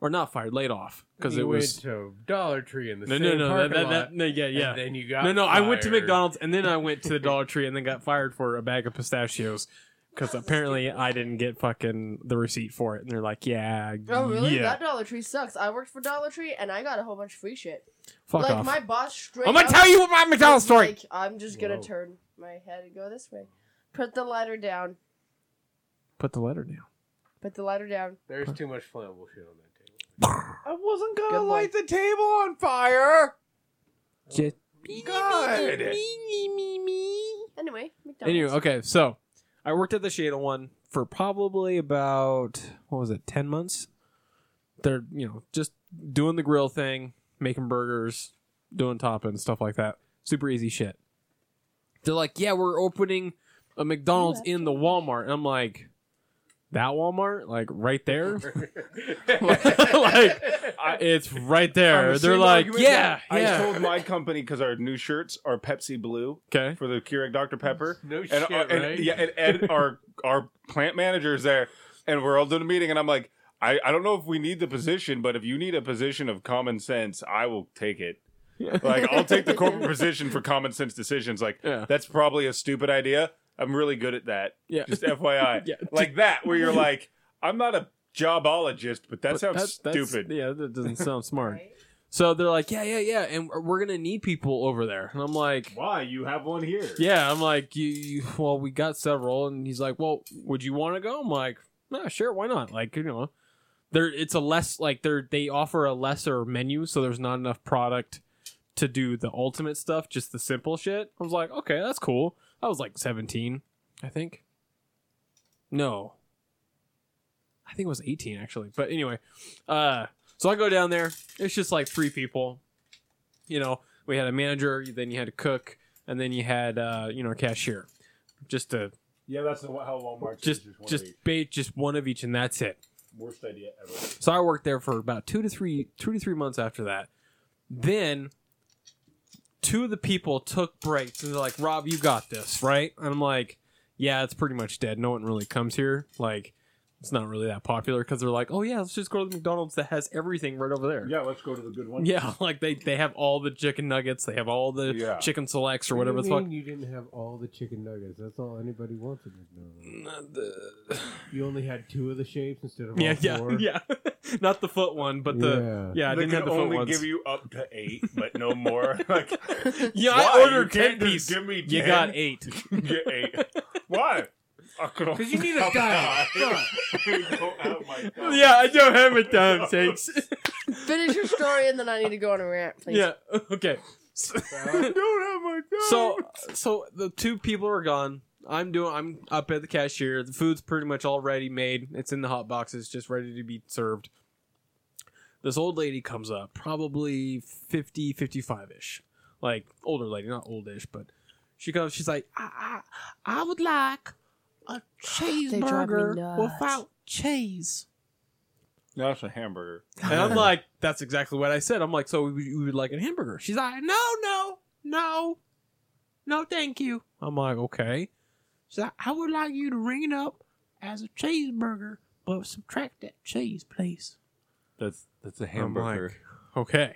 or not fired, laid off because
You
it was
went to Dollar Tree in the
no,
same
no, no, that,
parking
that,
lot,
that, no, yeah, yeah.
And then you got
no, no, I went to
fired.
McDonald's and then I went to the Dollar Tree and then got fired for a bag of pistachios because apparently I didn't get fucking the receipt for it, and they're like, yeah,
Oh really?
yeah,
That Dollar Tree sucks. I worked for Dollar Tree and I got a whole bunch of free shit.
fuck
like
off.
my boss straight.
I'm gonna
up
tell you my McDonald's
was
story.
Like, I'm just gonna
Whoa.
turn my head and go this way. Put the lighter down.
Put the letter down.
Put the lighter down.
There's too much flammable shit on that table.
I wasn't
Good boy. light
the table on fire.
Just
God.
Anyway, McDonald's.
Anyway, okay, so I worked at the Shada one for probably about what was it, ten months. They're you know just doing the grill thing, making burgers, doing topping stuff like that. Super easy shit. They're like, yeah, we're opening a McDonald's in the Walmart, and I'm like, that Walmart, like right there, like I, it's right there. They're like, yeah,
I
yeah,
told my company because our new shirts are Pepsi Blue
okay.
for the Keurig Dr Pepper.
No shit,
and, uh, and-
right?
yeah, and Ed, our our plant manager is there, and we're all doing a meeting, and I'm like, I, I don't know if we need the position, but if you need a position of common sense, I will take it. Like I'll take the corporate position for common sense decisions. Like
Yeah.
that's probably a stupid idea. I'm really good at that.
Yeah.
Just FYI,
Yeah.
like that where you're like, I'm not a jobologist, but that
But
sounds
that- that's-
stupid.
Yeah, that doesn't sound smart.
Right?
So they're like, yeah, yeah, yeah, and we're gonna need people over there. And I'm like,
Why you have one here?
yeah, I'm like, you, you, well, we got several, and he's like, well, would you want to go? I'm like, nah, sure, why not? Like, you know, there, it's a less like they're they offer a lesser menu, so there's not enough product to do the ultimate stuff, just the simple shit. I was like, okay, that's cool. I was like 17, I think. No, I think it was 18 actually. But anyway, uh, so I go down there. It's just like three people. You know, we had a manager, then you had a cook, and then you had uh, you know a cashier. Just a
Yeah, that's not how Walmart
just just bait just one of each, and that's it.
worst idea ever.
So I worked there for about two to three two to three months after that. Then two of the people took breaks and they're like, Rob, you got this, right? And I'm like, Yeah, it's pretty much dead. No one really comes here. Like, it's not really that popular because they're like, Oh yeah, let's just go to the McDonald's that has everything right over there.
Yeah, let's go to the good one.
Yeah, like they, they have all the chicken nuggets, they have all the
Yeah.
chicken selects or whatever
What
the
do you
fuck.
mean you didn't have all the chicken nuggets. That's all anybody wants at McDonald's. You only had two of the shapes instead of
Yeah,
all
yeah,
four.
yeah. Not the foot one, but the yeah, I
they
didn't
can
have the foot
only
ones.
give you up to eight, but no more. Like,
yeah,
why?
I
You
ordered
can't
ten
just
piece.
Give me ten.
You got eight.
Get eight. Why? Because
you need a guy.
Yeah, I don't have a time, thanks.
Finish your story and then I need to go on a rant, please.
yeah, okay. So, so, so the two people are gone. I'm doing. I'm up at the cashier. The food's pretty much already made. It's in the hot boxes, just ready to be served. This old lady comes up, probably 50, 55 ish, like older lady, not oldish, but she comes. She's like, I, I, I would like a
me
cheeseburger
nuts.
without cheese.
No, that's a hamburger.
And I'm like, that's exactly what I said. I'm like, so we, we would like a hamburger. She's like, no, no, no, no, thank you. I'm like, okay. She's like, I would like you to ring it up as a cheeseburger, but subtract that cheese, please.
That's that's a
hamburger. Okay.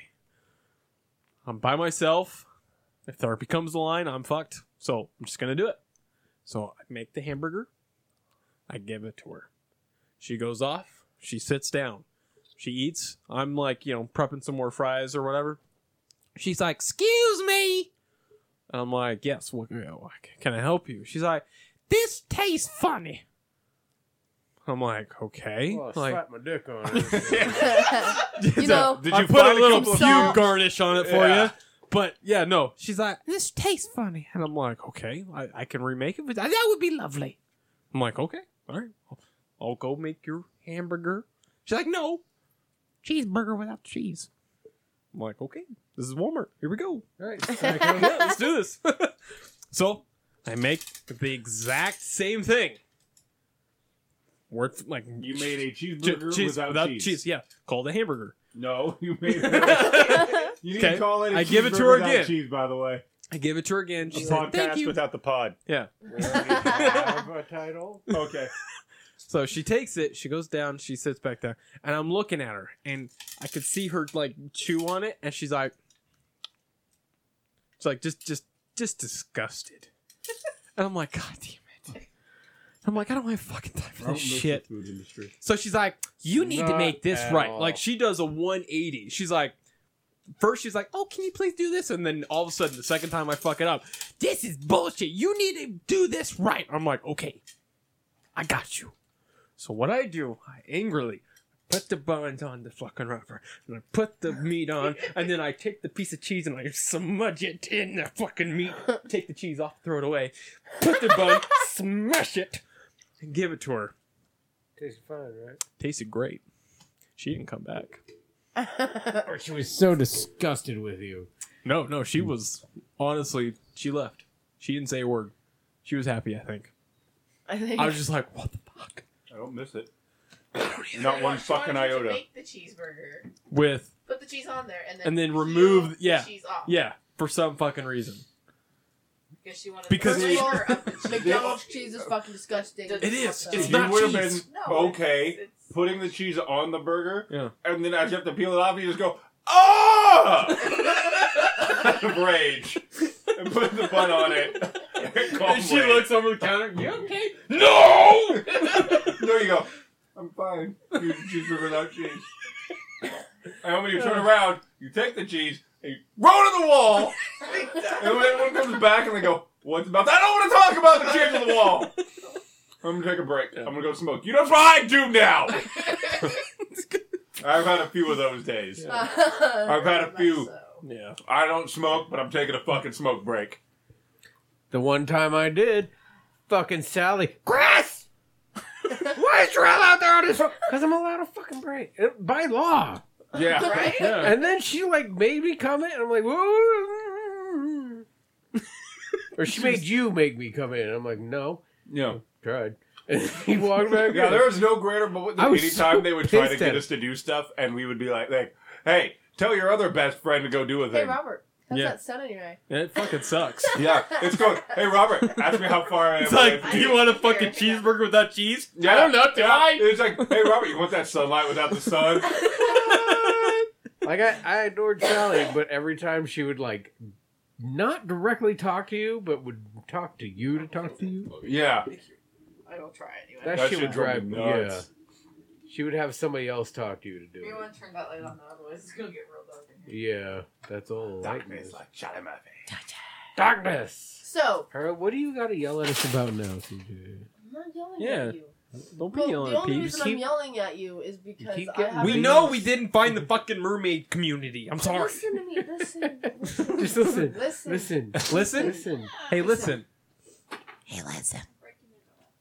I'm by myself. If therapy comes to line, I'm fucked. So I'm just gonna do it. So I make the hamburger. I give it to her. She goes off. She sits down. She eats. I'm like, you know, prepping some more fries or whatever. She's like, "Excuse me," and I'm like, "Yes, what you know, can I help you?" She's like, "This tastes funny." I'm like, "Okay."
Well, I
like,
slapped my dick on it.
You know,
Did
I
you
put a
find
little
couple of-
few-
few
salt.
garnish on it for
Yeah.
you. But yeah, no. She's like, this tastes funny, and I'm like, okay, I, I can remake it, but that would be lovely. I'm like, okay, all right, I'll, I'll go make your hamburger. She's like, no, cheeseburger without cheese. I'm like, okay, this is Walmart. Here we go.
All right.
Yeah, let's do this. so I make the exact same thing. Word for- like
You
ch-
made a
ch-
cheeseburger without, cheese.
Yeah, called a hamburger.
No, you made it. You need
Okay,
to call it a
I give it to
cheeseburger
her
without
again.
cheese, by the way.
I give it to her again.
A
She's like, "Thank
podcast
you."
without the pod.
yeah.
have a title.
Okay.
So she takes it. She goes down. She sits back down, and I'm looking at her, and I could see her like chew on it, and she's like, she's like just, just, just disgusted. And I'm like, God damn it. I'm like, I don't have fucking time for this shit.
Food industry.
So she's like, "You need to
Not
make this
at
right."
all.
Like she does a 180. She's like, first she's like, "Oh, can you please do this?" And then all of a sudden, the second time I fuck it up, this is bullshit. You need to do this right. I'm like, okay, I got you. So what I do, I angrily put the buns on the fucking wrapper, and I put the meat on, and then I take the piece of cheese and I smudge it in the fucking meat. Take the cheese off, throw it away, put the bun, smash it, and give it to her
Tastes fine, right?
tasted great. She didn't come back.
She was so disgusted with you.
No, no, she was honestly, she left. She didn't say a word. She was happy, I think.
I think
I was just like, what the fuck?
I don't miss it.
So
Not one
she wanted
fucking
you to
iota.
Make the cheeseburger.
With
Put the cheese on there and then
And then
peel
remove-
the
yeah,
cheese off.
yeah, for some fucking reason.
Because she wanted
Because
the
it-
flavor of the cheese.
McDonald's cheese is fucking disgusting.
It
is.
Fucked
It's
up.
not
you would have
cheese.
been
No,
okay
it's- it's-
putting the cheese on the burger,
Yeah.
and then as you have to peel it off, you just go, oh! Out of rage. And put the bun on it. Calmly.
over the counter. You okay?
no! there you go. I'm fine. You cheeseburger without cheese. And when you turn around, you take the cheese and you roll to the wall. and when everyone comes back and they go, "What's about that?" I don't want to talk about the cheese on the wall. I'm gonna take a break. I'm gonna go smoke. You know what I do now? I've had a few of those days. I've had a few.
So.
Yeah.
I don't smoke, but I'm taking a fucking smoke break.
The one time I did, fucking Sally. Chris! Why is Terrell out there on his phone? Because I'm allowed a fucking break. It- by law.
Yeah.
Right?
Yeah.
And then she like made me come in, and I'm like, whoa. or she made you make me come in. and I'm like, no,
Yeah.
tried. And he walked back
Yeah,
in.
there was no greater moment than
I was
any
so
time they would try to
pissed
get
at
us to do stuff, and we would be like, like, "Hey, tell your other best friend to go do a
Hey
thing."
Robert, how's
Yeah.
that sun in your eye?
It fucking sucks.
yeah, it's going. Hey, Robert, ask me how far I am.
It's like,
away from
do you
you."
want a fucking cheeseburger without cheese?
Yeah,
I don't know, do
yeah.
I?
It's like, hey, Robert, you want that sunlight without the sun?
Like I, I adored Sally, but every time she would like not directly talk to you, but would talk to you to talk to you.
yeah,
I will try anyway.
That,
That
shit
shit
would drive
drove me
me. Yeah.
nuts.
She would have somebody else talk to you to do
You
it.
want to turn that light on, though, otherwise it's gonna get real dark in here.
Yeah, that's all.
darkness
Darkness.
like shot in my face.
Darkness.
So
Harold, what do you got to yell at us about now, CJ?
I'm not yelling
Yeah.
at you.
Don't be
Well,
yelling
the
at
only
peeps.
reason I'm yelling at you is because
keep
I
getting-
have
We
Please.
know we didn't find the fucking mermaid community. I'm sorry.
Listen to me. Listen. Listen.
Just listen.
Listen.
Listen.
Listen?
Listen.
Hey, listen.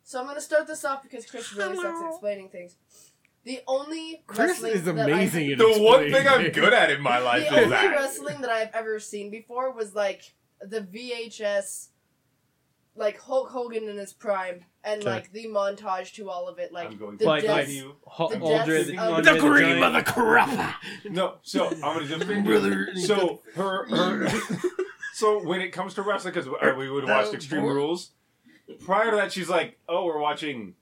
So I'm gonna start this off because Chris really sucks at explaining things. The only
Chris
wrestling
is
that I-
amazing. at
The one thing I'm
explaining
good at in my life
the
is
only
that.
wrestling that I've ever seen before was like the VHS, like Hulk Hogan in his prime, and
Okay.
like the montage to all of it, like
I'm going
the
to
Like-
deaths-
like-
you.
Ho-
The
Aldrin-
deaths of-
Aldrin the Giant.
the crapper.
No, so I'm gonna just So her, her so when it comes to wrestling, because we would have watched Extreme Rules. Prior to that, she's like, "Oh, we're watching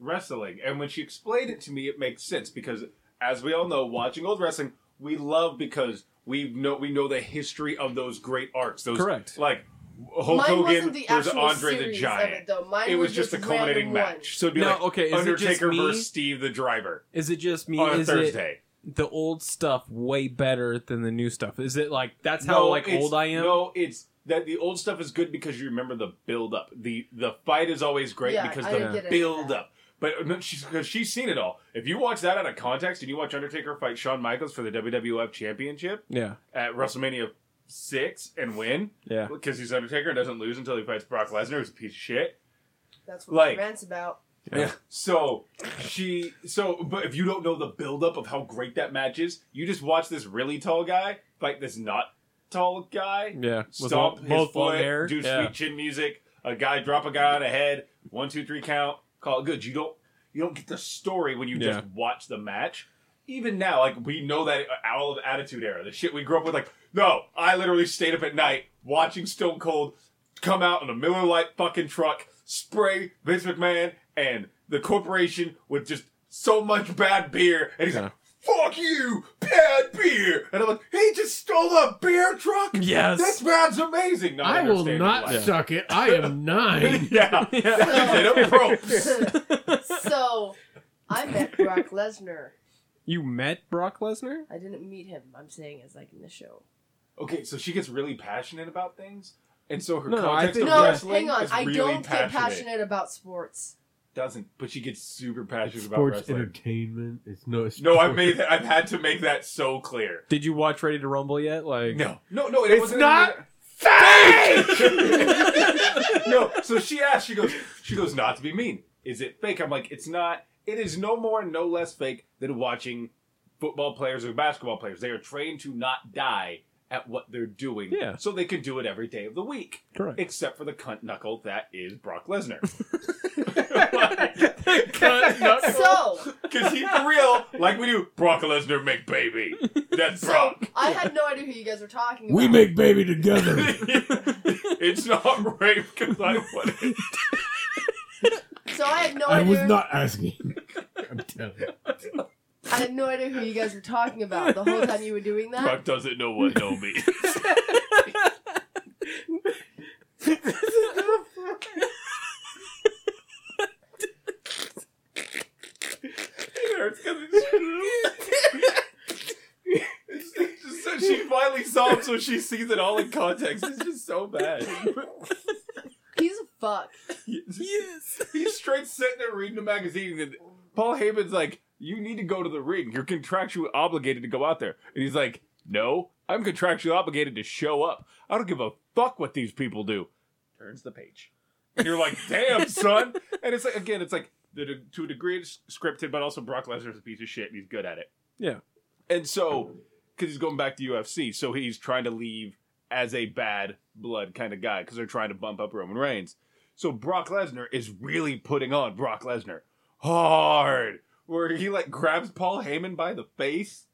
wrestling," and when she explained it to me, it makes sense because, as we all know, watching old wrestling, we love because we know we know the history of those great arts. Those
Correct.
like Hulk
Mine
Hogan
wasn't the
versus
actual
Andre the
series
Giant.
of it though. Mine
It was
was
just a
this
culminating
random
match. So it'd be
No,
like
okay, is it just
Undertaker
me?
versus Steve the Driver
Is it just me?
on a
is it
Thursday.
the old stuff way better than the new stuff? Is it like that's how like
it's-
old I am?
No, it's that the old stuff is good because you remember the build up. The the fight is always great
Yeah,
because
I didn't get
the
it.
build up. But no, she's because she's seen it all. If you watch that out of context and you watch Undertaker fight Shawn Michaels for the WWF Championship
Yeah,
at WrestleMania six and win
yeah.
because he's Undertaker and doesn't lose until he fights Brock Lesnar, who's a piece of shit.
That's what
Like-
my rant's about.
Yeah. So she so but if you don't know the buildup of how great that match is, you just watch this really tall guy fight this not tall guy.
Yeah. With
Stomp
all-
his
both long
foot,
hair.
do
yeah.
sweet chin music, a guy drop a guy on a head, one, two, three count, call it good. You don't you don't get the story when you
Yeah.
just watch the match. Even now, like we know that owl of attitude era, the shit we grew up with, like, no, I literally stayed up at night watching Stone Cold come out in a Miller Lite fucking truck, spray Vince McMahon and the corporation with just so much bad beer, and he's like, "Fuck you, bad beer," and I'm like, "He just stole a beer truck."
Yes.
this man's amazing. Not
I will
understanding
not
why.
suck it. I am nine.
yeah, yeah. They broke.
so I met Brock Lesnar.
You met Brock Lesnar?
I didn't meet him. I'm saying it's like in the show.
Okay, so she gets really passionate about things, and so her
No, no, I
context
think-
of
No,
wrestling
hang on.
is
I
really
don't get
passionate.
passionate about sports.
Doesn't, but she gets super passionate about
Sports
wrestling.
entertainment. It's no.
No, I've made that. I've had to make that so clear.
Did you watch Ready to Rumble yet? Like
No, no, no. It
It's
wasn't
not
even- fake. no, so she asked. She goes. She goes. Not to be mean. Is it fake? I'm like, it's not. It is no more, no less fake than watching football players or basketball players. They are trained to not die at what they're doing.
Yeah.
So they can do it every day of the week,
Correct.
except for the cunt knuckle that is Brock Lesnar.
Cut, no.
So
Because he for real, like we do, Brock Lesnar make baby. That's Brock.
I had no idea who you guys were talking about.
We make baby together.
it's not rape because I want it.
So I had no
I was
idea.
not asking. I'm telling you.
I had no idea who you guys were talking about the whole time you were doing that.
Brock doesn't know what no means. It hurts 'cause it's true. It's just that She finally saw him, so she sees it all in context. It's just so bad.
He's a fuck.
Yes.
He's straight sitting there reading the magazine, and Paul Heyman's like, "You need to go to the ring. You're contractually obligated to go out there." And he's like, "No, I'm contractually obligated to show up. I don't give a fuck what these people do." Turns the page. And you're like, "Damn, son!" And it's like, again, it's like the, to a degree it's scripted, but also Brock Lesnar's a piece of shit, and he's good at it.
Yeah.
And so, because he's going back to UFC, so he's trying to leave as a bad blood kind of guy because they're trying to bump up Roman Reigns. So Brock Lesnar is really putting on Brock Lesnar hard, where he like grabs Paul Heyman by the face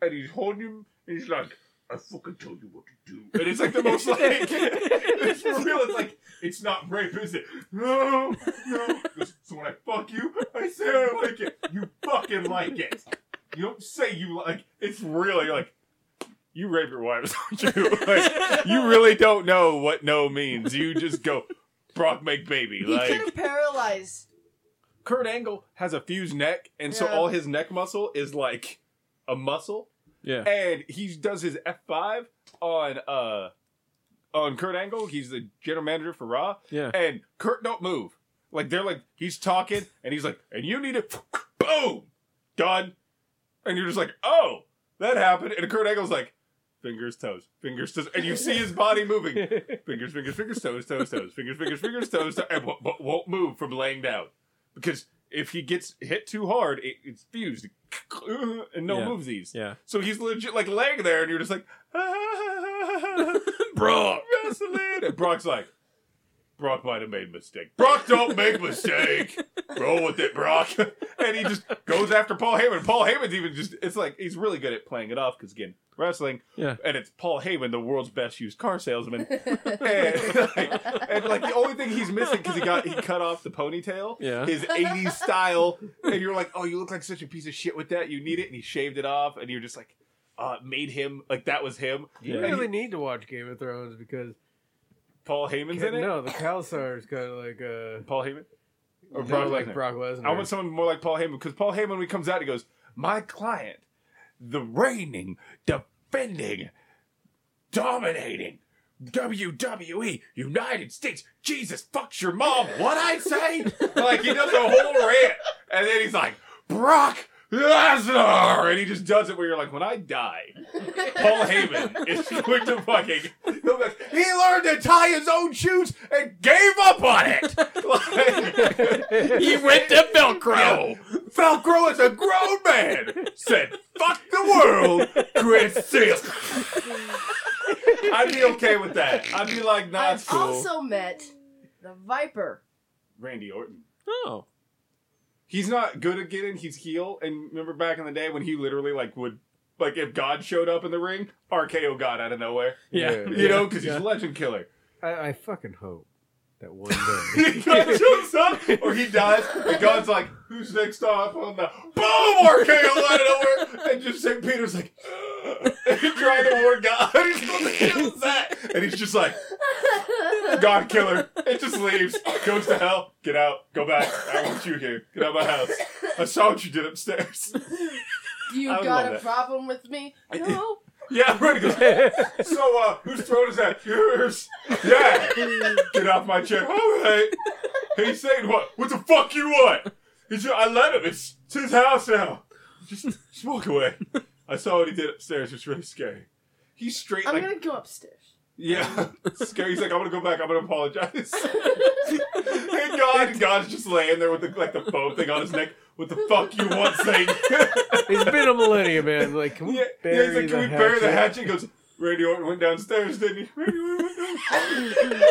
and he's holding him and he's like, "I fucking told you what to do," and it's like the most like it's for real. It's like it's not rape, is it? No, no. He goes, So when I fuck you, I say I like it. You fucking like it. You don't say you like. It's real. You're like. You rape your wives, don't you? Like, you really don't know what no means. You just go, Brock make baby.
He
Like
could have paralyzed.
Kurt Angle has a fused neck, and so
Yeah.
all his neck muscle is like a muscle,
Yeah.
and he does his F five on uh on Kurt Angle. He's the general manager for Raw,
Yeah.
and Kurt don't move. Like they're like he's talking, and he's like, and you need to boom done, and you're just like, oh, that happened, and Kurt Angle's like. Fingers, toes, fingers, toes, and you see his body moving. Fingers, fingers, fingers, toes, toes, toes. Fingers, fingers, fingers, toes, toes, and w- w- won't move from laying down because if he gets hit too hard, it, it's fused and no
Yeah.
moves these.
Yeah.
So he's legit like laying there, and you're just like, Brock wrestling, and Brock's like, Brock might have made a mistake. Brock don't make mistake. Roll with it, Brock. and he just goes after Paul Heyman. Paul Heyman's even just it's like he's really good at playing it off because again, wrestling.
Yeah.
And it's Paul Heyman, the world's best used car salesman. and, like, and, like, the only thing he's missing because he got he cut off the ponytail.
Yeah.
His 80s style. And you're like, oh, you look like such a piece of shit with that. You need it. And he shaved it off. And you're just like, uh, made him like that was him.
Yeah.
You really need to watch Game of Thrones because
Paul Heyman's in it.
no, the Khalasar is kind of like uh,
Paul Heyman.
they're
Or Brock
like
Lesnar.
Brock Lesnar.
I want someone more like Paul Heyman because Paul Heyman, when he comes out, he goes, "My client, the reigning, defending, dominating WWE United States Jesus fucks your mom." What I say? like he does a whole rant, and then he's like, "Brock, Lazar! And he just does it where you're like, when I die, Paul Heyman is going to fucking. he'll be like, he learned to tie his own shoes and gave up on it! Like-
he went to Velcro.
Velcro is a grown man! Said, fuck the world! Chris Seal! I'd be okay with that. I'd be like, nah, it's
I've
cool.
also met the Viper.
Randy Orton.
Oh,
He's not good at getting he's heel. And remember back in the day when he literally like would like if God showed up in the ring, RKO God out of nowhere.
yeah.
Yeah.
You know, because
Yeah.
he's a legend killer.
I, I fucking hope that one day.
God shows up, or he dies, and God's like, "Who's next off on the boom?" RKO out of nowhere, and just St. Peter's like, and trying to warn God, he's supposed to kill Zach, and he's just like, "God killer," it just leaves, goes to hell, get out, go back. I want you here. Get out of my house. I saw what you did upstairs.
You
I would
got
love
a
that.
problem with me? No.
Yeah, right. He goes, so, uh, whose throat is that? Yours. Yeah. Get off my chair. All right. He's saying what? What the fuck you want? He said, I let him. It's, it's his house now. Just, just walk away. I saw what he did upstairs. It's really scary. He's straight
I'm
like,
gonna go upstairs.
yeah, scary. He's like, I'm gonna go back. I'm gonna apologize. and God, and God's just laying there with the, like the foam thing on his neck. What the fuck you want, Satan?
it's been a millennium, man. Like, can we
Yeah,
bury
yeah, he's
the
like, can we bury the
hatchet?"
hatchet? He goes, Randy Orton went downstairs, didn't he? Randy Orton went downstairs.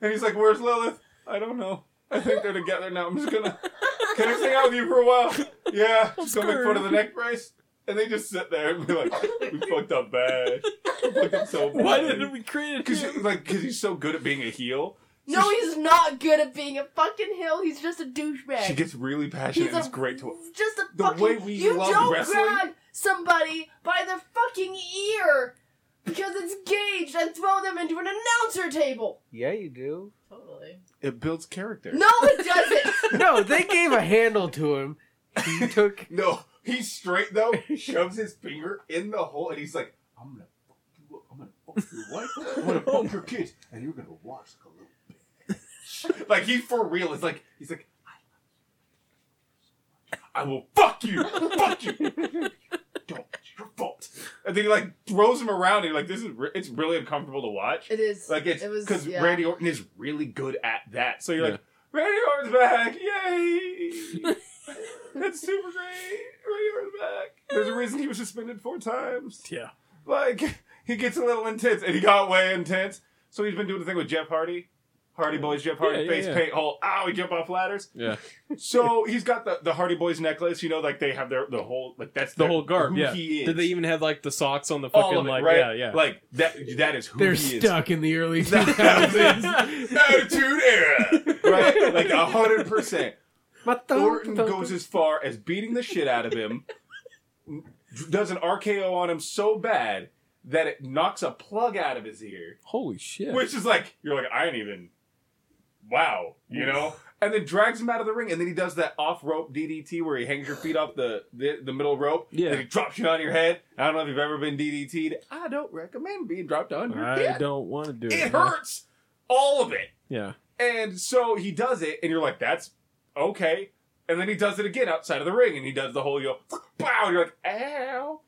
and he's like, where's Lilith? I don't know. I think they're together now. I'm just gonna, can I hang out with you for a while? Yeah, just gonna make fun of the neck brace. And they just sit there and be like, we fucked up bad. We fucked up so bad.
Why didn't we create
Because
it?
like, 'cause he's so good at being a heel.
No, he's not good at being a fucking hill. He's just a douchebag.
She gets really passionate
He's
and
a-
it's great to
just a
The
fucking.
way we
you
love
don't
wrestling-
grab somebody by their fucking ear because it's gauged and throw them into an announcer table.
Yeah, you do.
Totally.
It builds character.
No, it doesn't.
No, they gave a handle to him. He took.
No, he's straight though. Shoves his finger in the hole, and he's like, "I'm gonna fuck you up. I'm gonna fuck your wife. I'm gonna fuck your kids, and you're gonna watch like a little bitch." Like he's for real. It's like he's like, "I love you. so much. I will fuck you, fuck you. Don't. It's your fault." And then he like throws him around. And you're like, "This is re- it's really uncomfortable to watch."
It is.
Like it's
It was.
because
yeah.
Randy Orton is really good at that. So you're
Yeah.
like, Randy Orton's back, yay! That's super great. Randy Orton's back. There's a reason he was suspended four times.
Yeah.
Like he gets a little intense, and he got way intense. So he's been doing the thing with Jeff Hardy, Hardy Boys, Jeff Hardy,
Yeah, yeah,
face
yeah.
paint hole. Ow, he jump off ladders.
Yeah.
So he's got the, the Hardy Boys necklace. You know, like they have their the whole like that's
The
their-
whole garb.
Who
Yeah.
he is.
Did they even have like the socks on the
All
fucking
of it,
like?
right?
Yeah. Yeah.
Like that. That is who
They're
he is.
stuck in the early
That
2000s.
was his attitude era, right? Like a hundred percent. Orton goes as far as beating the shit out of him, does an RKO on him so bad that it knocks a plug out of his ear,
Holy shit.
which is like you're like I ain't even, wow, you know. And then drags him out of the ring, and then he does that off rope DDT where he hangs your feet off the the, the middle rope,
Yeah.
and he drops you on your head. I don't know if you've ever been DDT'd. I don't recommend being dropped on your
I
head.
don't want to do it.
It hurts, all of it.
Yeah.
And so he does it, and you're like, that's okay. And then he does it again outside of the ring, and he does the whole, you know, pow, and you're like, ow.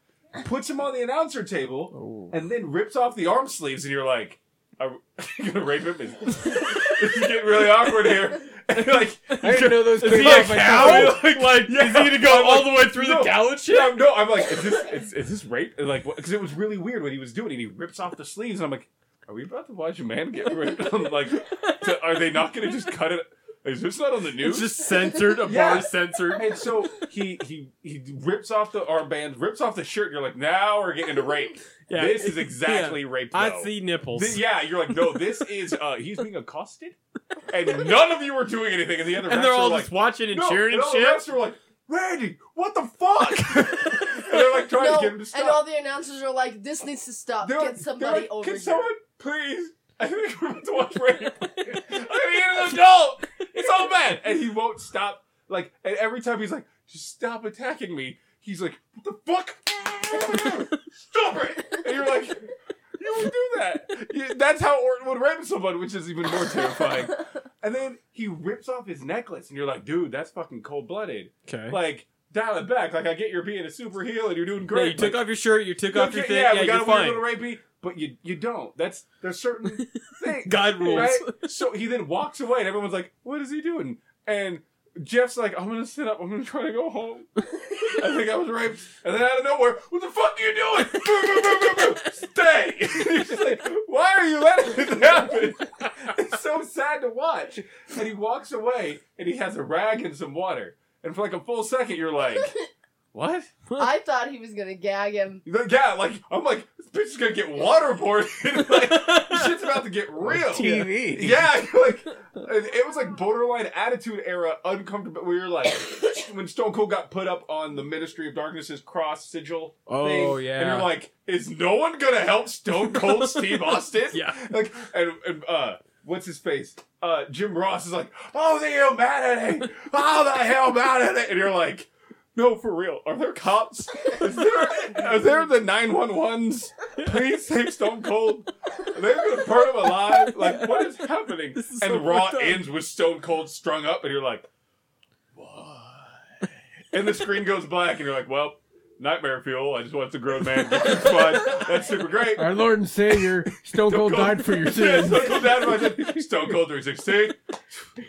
Puts him on the announcer table,
Oh.
and then rips off the arm sleeves, and you're like, are you going to rape him? Is, this is getting really awkward here. And you're like,
I didn't know those
Is
things
he
off
a
my
cow?
tongue.
like, like
Is he gonna go all the way through
no.
the cow and shit?
yeah, I'm- no, I'm like, is this is, is this rape? And like, because it was really weird when he was doing it. He rips off the sleeves, and I'm like, are we about to watch a man get raped? I'm like, to- are they not going to just cut it? Is this not on the news?
It's just censored. A
Yeah.
bar censored.
and so he he he rips off the armband, rips off the shirt. and You're like, now we're getting to rape.
Yeah.
this is exactly rape. Though.
I see nipples.
Th- yeah, you're like, no, this is uh he's being accosted, and none of you are doing anything. And the other
And they're
refs are
all
like,
just watching and
no,
cheering and
all
shit.
The refs are like, Randy, what the fuck? and they're like trying
No,
to get him to stop.
and all the announcers are like, "This needs to stop.
They're like-
Get somebody
they're like,
over
Can
here."
someone please? I think we're about to watch rape. I'm being an adult. It's all bad, and he won't stop. Like, and every time he's like, just stop attacking me. He's like, what the fuck? stop it! And you're like. You would do that. You- That's how Orton would rape someone, which is even more terrifying. and then he rips off his necklace, and you're like, dude, that's fucking cold blooded.
Okay.
Like, dial it back. Like I get you're being a super heel and you're doing
Yeah, you
great.
took
but-
off your shirt, you took off your
Okay,
thing.
Yeah,
Yeah, you're
we gotta wear a little
fine.
rapey, but you you don't. That's there's certain things.
God rules.
So he then walks away, and everyone's like, "What is he doing?" And Jeff's like, "I'm gonna sit up. I'm gonna try to go home. I think I was raped." And then out of nowhere, "What the fuck are you doing? Boo, boo, boo, boo, boo. Stay!" He's just like, "Why are you letting this happen?" It's so sad to watch. And he walks away, and he has a rag and some water. And for like a full second, you're like, "What?"
I thought he was gonna gag him.
Like, Yeah, like I'm like this bitch is gonna get waterboarded. like this shit's about to get real.
TV.
Yeah, like it was like borderline attitude era uncomfortable. We were like when Stone Cold got put up on the Ministry of Darkness's cross sigil.
Oh
thing,
yeah.
and you're like, is no one gonna help Stone Cold Steve Austin?
yeah.
like and, and uh what's his face uh jim ross is like oh the humanity oh the hell humanity and you're like no for real are there cops is there are there the 911s please take stone cold they're gonna burn him alive like what is happening
This is
and
so
raw
fucked up.
ends with stone cold strung up and you're like what and the screen goes black and you're like well Nightmare fuel. I just watched a grown man. get this fun. That's super great.
Our Lord and Savior, Stone Cold died for your
Yeah,
sins.
Stone Cold died for my sins. Stone Cold 316.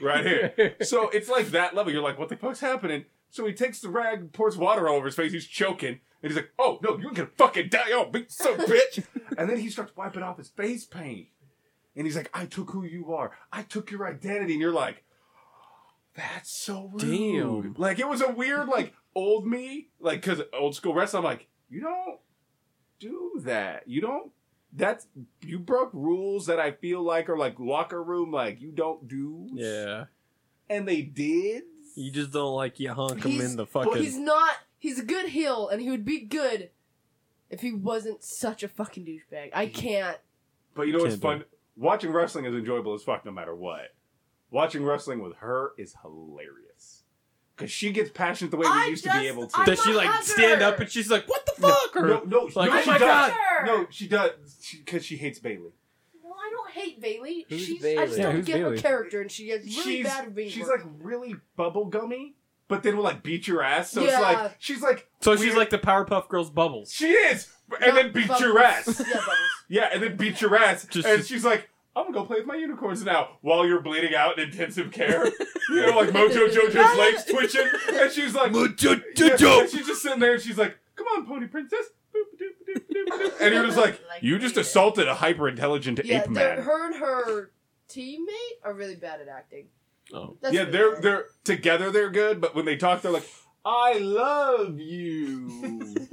Right here. So it's like that level. You're like, what the fuck's happening? So he takes the rag, pours water all over his face. He's choking. And he's like, oh, no, you're going to fucking die. Oh, big so bitch. And then he starts wiping off his face paint. And he's like, I took who you are. I took your identity. And you're like, that's so rude.
Damn.
Like, it was a
Mm-hmm.
weird, like, old me, like, because old school wrestling, I'm like, you don't do that. You don't. That's you broke rules that I feel like are like locker room, like you don't do.
Yeah.
and they did.
You just don't like you honk him
He's-
in the
But he's
fucking.
not. He's a good heel, and he would be good if he wasn't such a fucking douchebag. I can't.
But you know what's
Can't do
fun? Watching wrestling is enjoyable as fuck, no matter what. Watching wrestling with her is hilarious because she gets passionate the way we
I
used to
just-
be able to.
I-
Does she like
Mother!
stand up and she's like, "What the
no,
fuck?" Or
no, no, she-
Like,
no,
oh
she
my
does.
God.
No, she does because she hates Bailey.
Well, I don't hate Bailey.
Who's
she's I
Bailey?
just
Yeah,
don't
who's
get
Bailey?
her character, and she gets really
she's,
bad at being.
she's like
worked.
really bubblegummy, but then will like beat your ass. So
Yeah.
it's like she's like
so she's
weird-
like the Powerpuff Girls bubbles.
She is, and
Yeah,
then beat
Bubbles.
your ass.
Yeah, Bubbles.
Yeah, and then beat your ass.
Just-
and she's like, "I'm gonna go play with my unicorns now," while you're bleeding out in intensive care. you know, like Mojo Jojo's legs twitching, and she's like, "Mojo Jojo." And she's just sitting there, and she's like, "Come on, pony princess." Boop, doop, doop, doop, doop. And you're just like,
Like
"You just
David.
assaulted a hyper intelligent
Yeah,
ape
they're-
man."
her and her teammate are really bad at acting.
Oh.
That's
Yeah,
really
they're
bad.
they're together. They're good, but when they talk, they're like, "I love you."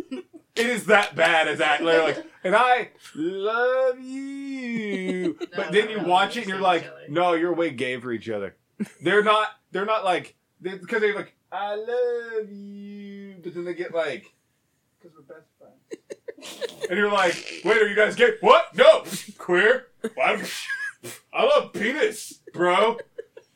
it is that bad as that. They're like, and I love you. but then
no,
you
no,
watch
they
it and you're
see
like,
each other.
no, you're way gay for each other. They're not. They're not like because they, are like, I love you, but then they get like. Because we're best friends. and you're like, wait, are you guys gay? What? No! Queer? I'm, I love penis, bro.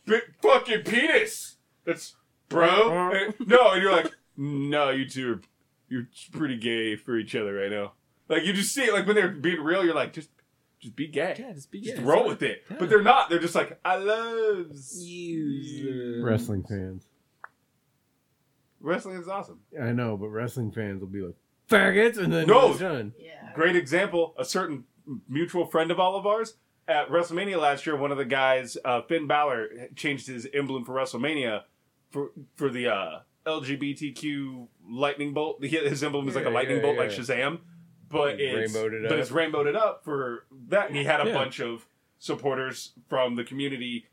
Big fucking penis. That's bro. And- no, and you're like, no, you two are you're pretty gay for each other right now. Like you just see it, like when they're being real, you're like, just just be gay.
Yeah, just be
just
yeah,
roll with it. But they're not. They're just like, I love
You.
Wrestling fans.
Wrestling is awesome.
I know, but wrestling fans will be like, faggots, and then
No.
it's done.
Yeah.
Great example. A certain mutual friend of all of ours at WrestleMania last year, one of the guys, uh, Finn Balor, changed his emblem for WrestleMania for for the uh, LGBTQ lightning bolt. He- His emblem is like a
Yeah,
lightning
yeah,
bolt,
yeah.
like Shazam, but
Like
it's
rainbowed it
but
up.
it's rainbowed it up for that. And he had a
Yeah.
bunch of supporters from the community.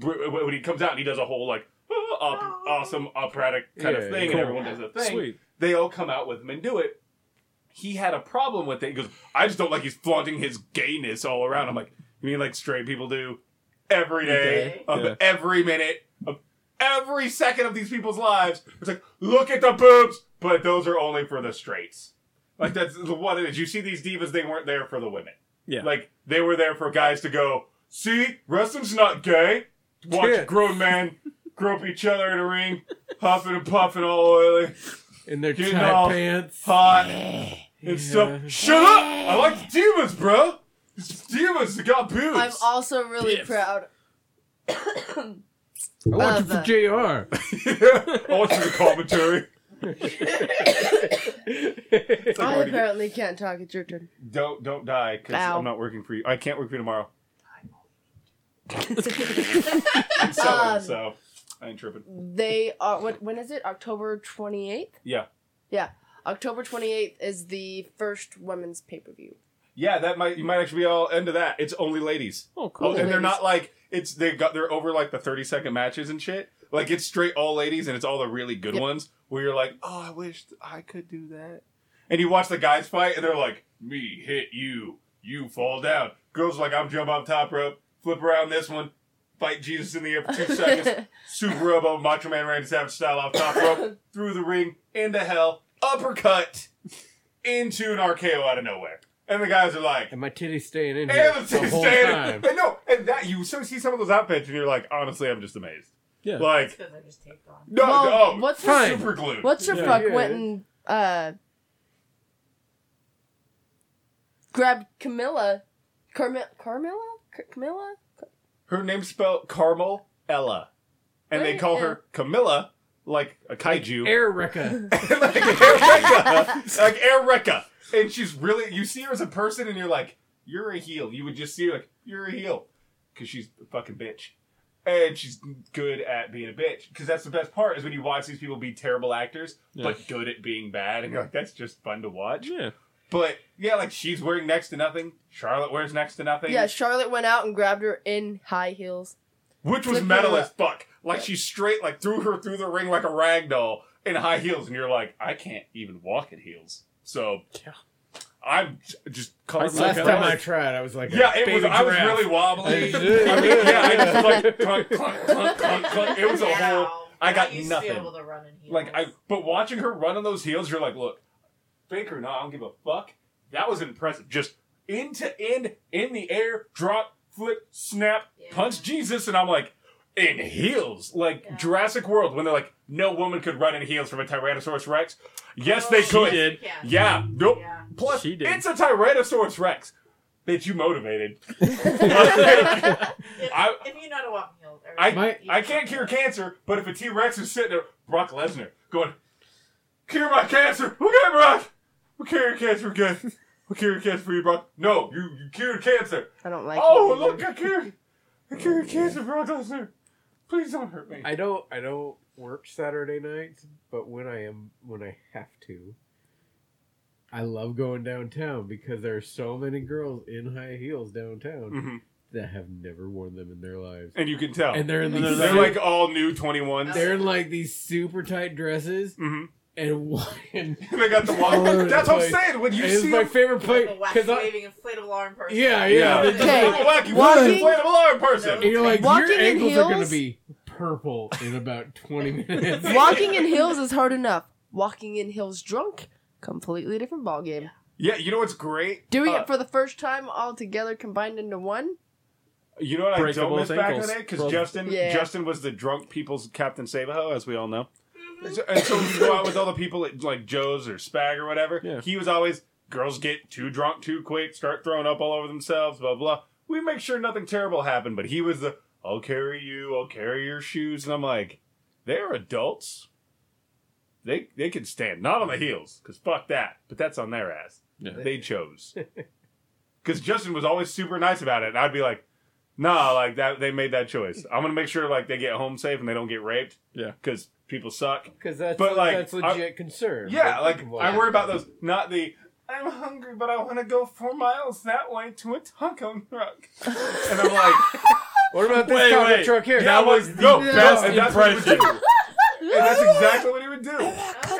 Wh- When he comes out, and he does a whole like "Ah, op- awesome operatic kind
Yeah,
of thing,
cool.
and everyone does a thing
Sweet.
they all come out with him and do it. He had a problem with it. He goes, I just don't like he's flaunting his gayness all around. I'm like, you mean like straight people do every day
Every day.
of
Yeah.
every minute of every second of these people's lives? It's like, look at the boobs, but those are only for the straights. Like that's the one. Did you see these divas? They weren't there for the women.
Yeah.
like they were there for guys to go. See, wrestling's not gay. Watch
Yeah.
grown men grope each other in a ring, huffing and puffing, all oily
In their
You
tight
know.
pants.
hot and stuff.
Yeah.
Shut up! I like the demons, bro. It's the demons that got boobs.
I'm also really
Biff.
proud.
I watch
Uh,
it for
the-
JR.
I watched the commentary. It's like,
I
already-
apparently can't talk. It's your turn.
don't don't die because
Ow.
I'm not working for you. I can't work for you tomorrow. I'm
Um,
selling, so I ain't tripping.
They are. What? When is it? October twenty eighth.
Yeah.
Yeah. October twenty eighth is the first women's pay per view.
Yeah, that might you might actually be all into that. It's only ladies.
Oh,
Oh,
cool.
Only
and they're
ladies.
not like it's they got they're over like the thirty second matches and shit. Like it's straight all ladies and it's all the really good
Yep.
ones where you're like, oh, I wish I could do that. And you watch the guys fight and they're like, me hit you, you fall down. Girls are like I'm jump off top rope, flip around this one, fight Jesus in the air for two seconds, super elbow, Macho Man Randy Savage style off top rope, through the ring, into hell, uppercut, into an RKO out of nowhere. And the guys are like,
And my titties staying in here
and
the whole time.
And no, and that you so see some of those outfits, and you're like, honestly, I'm just amazed.
Yeah.
It's
Like,
because I just taped on.
no,
Well,
no,
what's
fine.
super glue.
What's your
Yeah.
fuck
Yeah.
went and uh, grabbed Camilla, Carmi- Carmilla, C- Camilla,
Her name's spelled Carmel Ella, and they call her Camilla, like a kaiju,
Air Wrecka.
like Eureka, like Eureka. And she's really, you see her as a person, and you're like, you're a heel. You would just see her like, you're a heel, because she's a fucking bitch. And she's good at being a bitch. Because that's the best part is when you watch these people be terrible actors, but good at being bad. And you're like, that's just fun to watch.
Yeah.
But yeah, like she's wearing next to nothing. Charlotte wears next to nothing.
Yeah, Charlotte went out and grabbed her in high heels.
which was
Flip
metal
her
as fuck. Like she straight like threw her through the ring like a rag doll in high heels, and you're like, I can't even walk in heels. So
Yeah.
I'm j- just calling
Last
myself
time
out.
I tried, I was like, a
yeah, it was.
baby
I was
giraffe.
really wobbly.
I
I
did.
mean, yeah, I just like clunk, clunk, clunk, clunk, clunk. It was a whole.
Now,
I got
used
nothing.
To be able to run in Oh, heels.
Like I, but watching her run on those heels, you're like, look, fake or not, I don't give a fuck. That was impressive. Just end to end, in the air, drop, flip, snap,
Yeah.
punch Jesus, and I'm like, in heels, like
Yeah.
Jurassic World when they're like, no woman could run in heels from a Tyrannosaurus Rex. Yes, they
Oh, She
could.
did.
Yeah.
Yeah. Nope.
Yeah.
Plus,
She did.
it's a Tyrannosaurus Rex. Bitch, you motivated. I,
If,
I-
if you know how to walk in heels, or-
My-
I can't cure cancer, but if a T Rex is sitting there, Brock Lesnar going, cure my cancer. Okay, Brock. We'll cure your cancer again. We'll cure your cancer for you, Brock. No, you, you cured cancer.
I don't like.
Oh,
it.
look, I cured, I
Oh,
cured cancer, Brock Lesnar. Please don't hurt me.
I don't I don't work Saturday nights, but when I am when I have to, I love going downtown because there are so many girls in high heels downtown
Mhm.
that have never worn them in their lives,
And you can tell.
and they're in these
they're,
they're,
like all new 21s.
they're in like these super tight dresses
Mhm.
and one.
they got the wall.
Oh,
That's what I'm
like-
saying. When you
it's
see
my
them-
favorite
Like
place
a wacky
because I
waving inflatable arm person.
yeah yeah.
Yeah.
they're just
Okay.
like-
Oh, wacky,
Walking-
wacky, inflatable arm
and
person.
you're like
Walking
your
in
ankles are gonna
heels?
be purple in about twenty minutes.
Walking in heels is hard enough. Walking in heels drunk, completely different ballgame.
Yeah, you know what's great?
Doing
Uh,
it for the first time all together combined into one.
You know what I
Break
don't
both
miss back in the
ankles.
day because
Both-
Justin
Yeah.
Justin was the drunk people's Captain Savaho, as we all know. And so- And so you go out with all the people at like Joe's or Spag or whatever.
Yeah.
He was always girls get too drunk too quick, start throwing up all over themselves, blah blah. We make sure nothing terrible happened, but he was the I'll carry you, I'll carry your shoes, and I'm like, they're adults. They they can stand, not on the heels, because fuck that. But that's on their ass.
Yeah.
They chose. Because Justin was always super nice about it, and I'd be like, nah, like that. They made that choice. I'm gonna make sure like they get home safe and they don't get raped.
Yeah.
because people suck.
Because that's
But, like,
that's legit concern.
Yeah, like I
work.
worry about those. Not the I'm hungry, but I want to go four miles that way to a taco truck. And I'm like,
What about this
Wait,
taco
wait.
truck here?
that was the best
And
that's what he would
impression.
do. And that's exactly what he would do.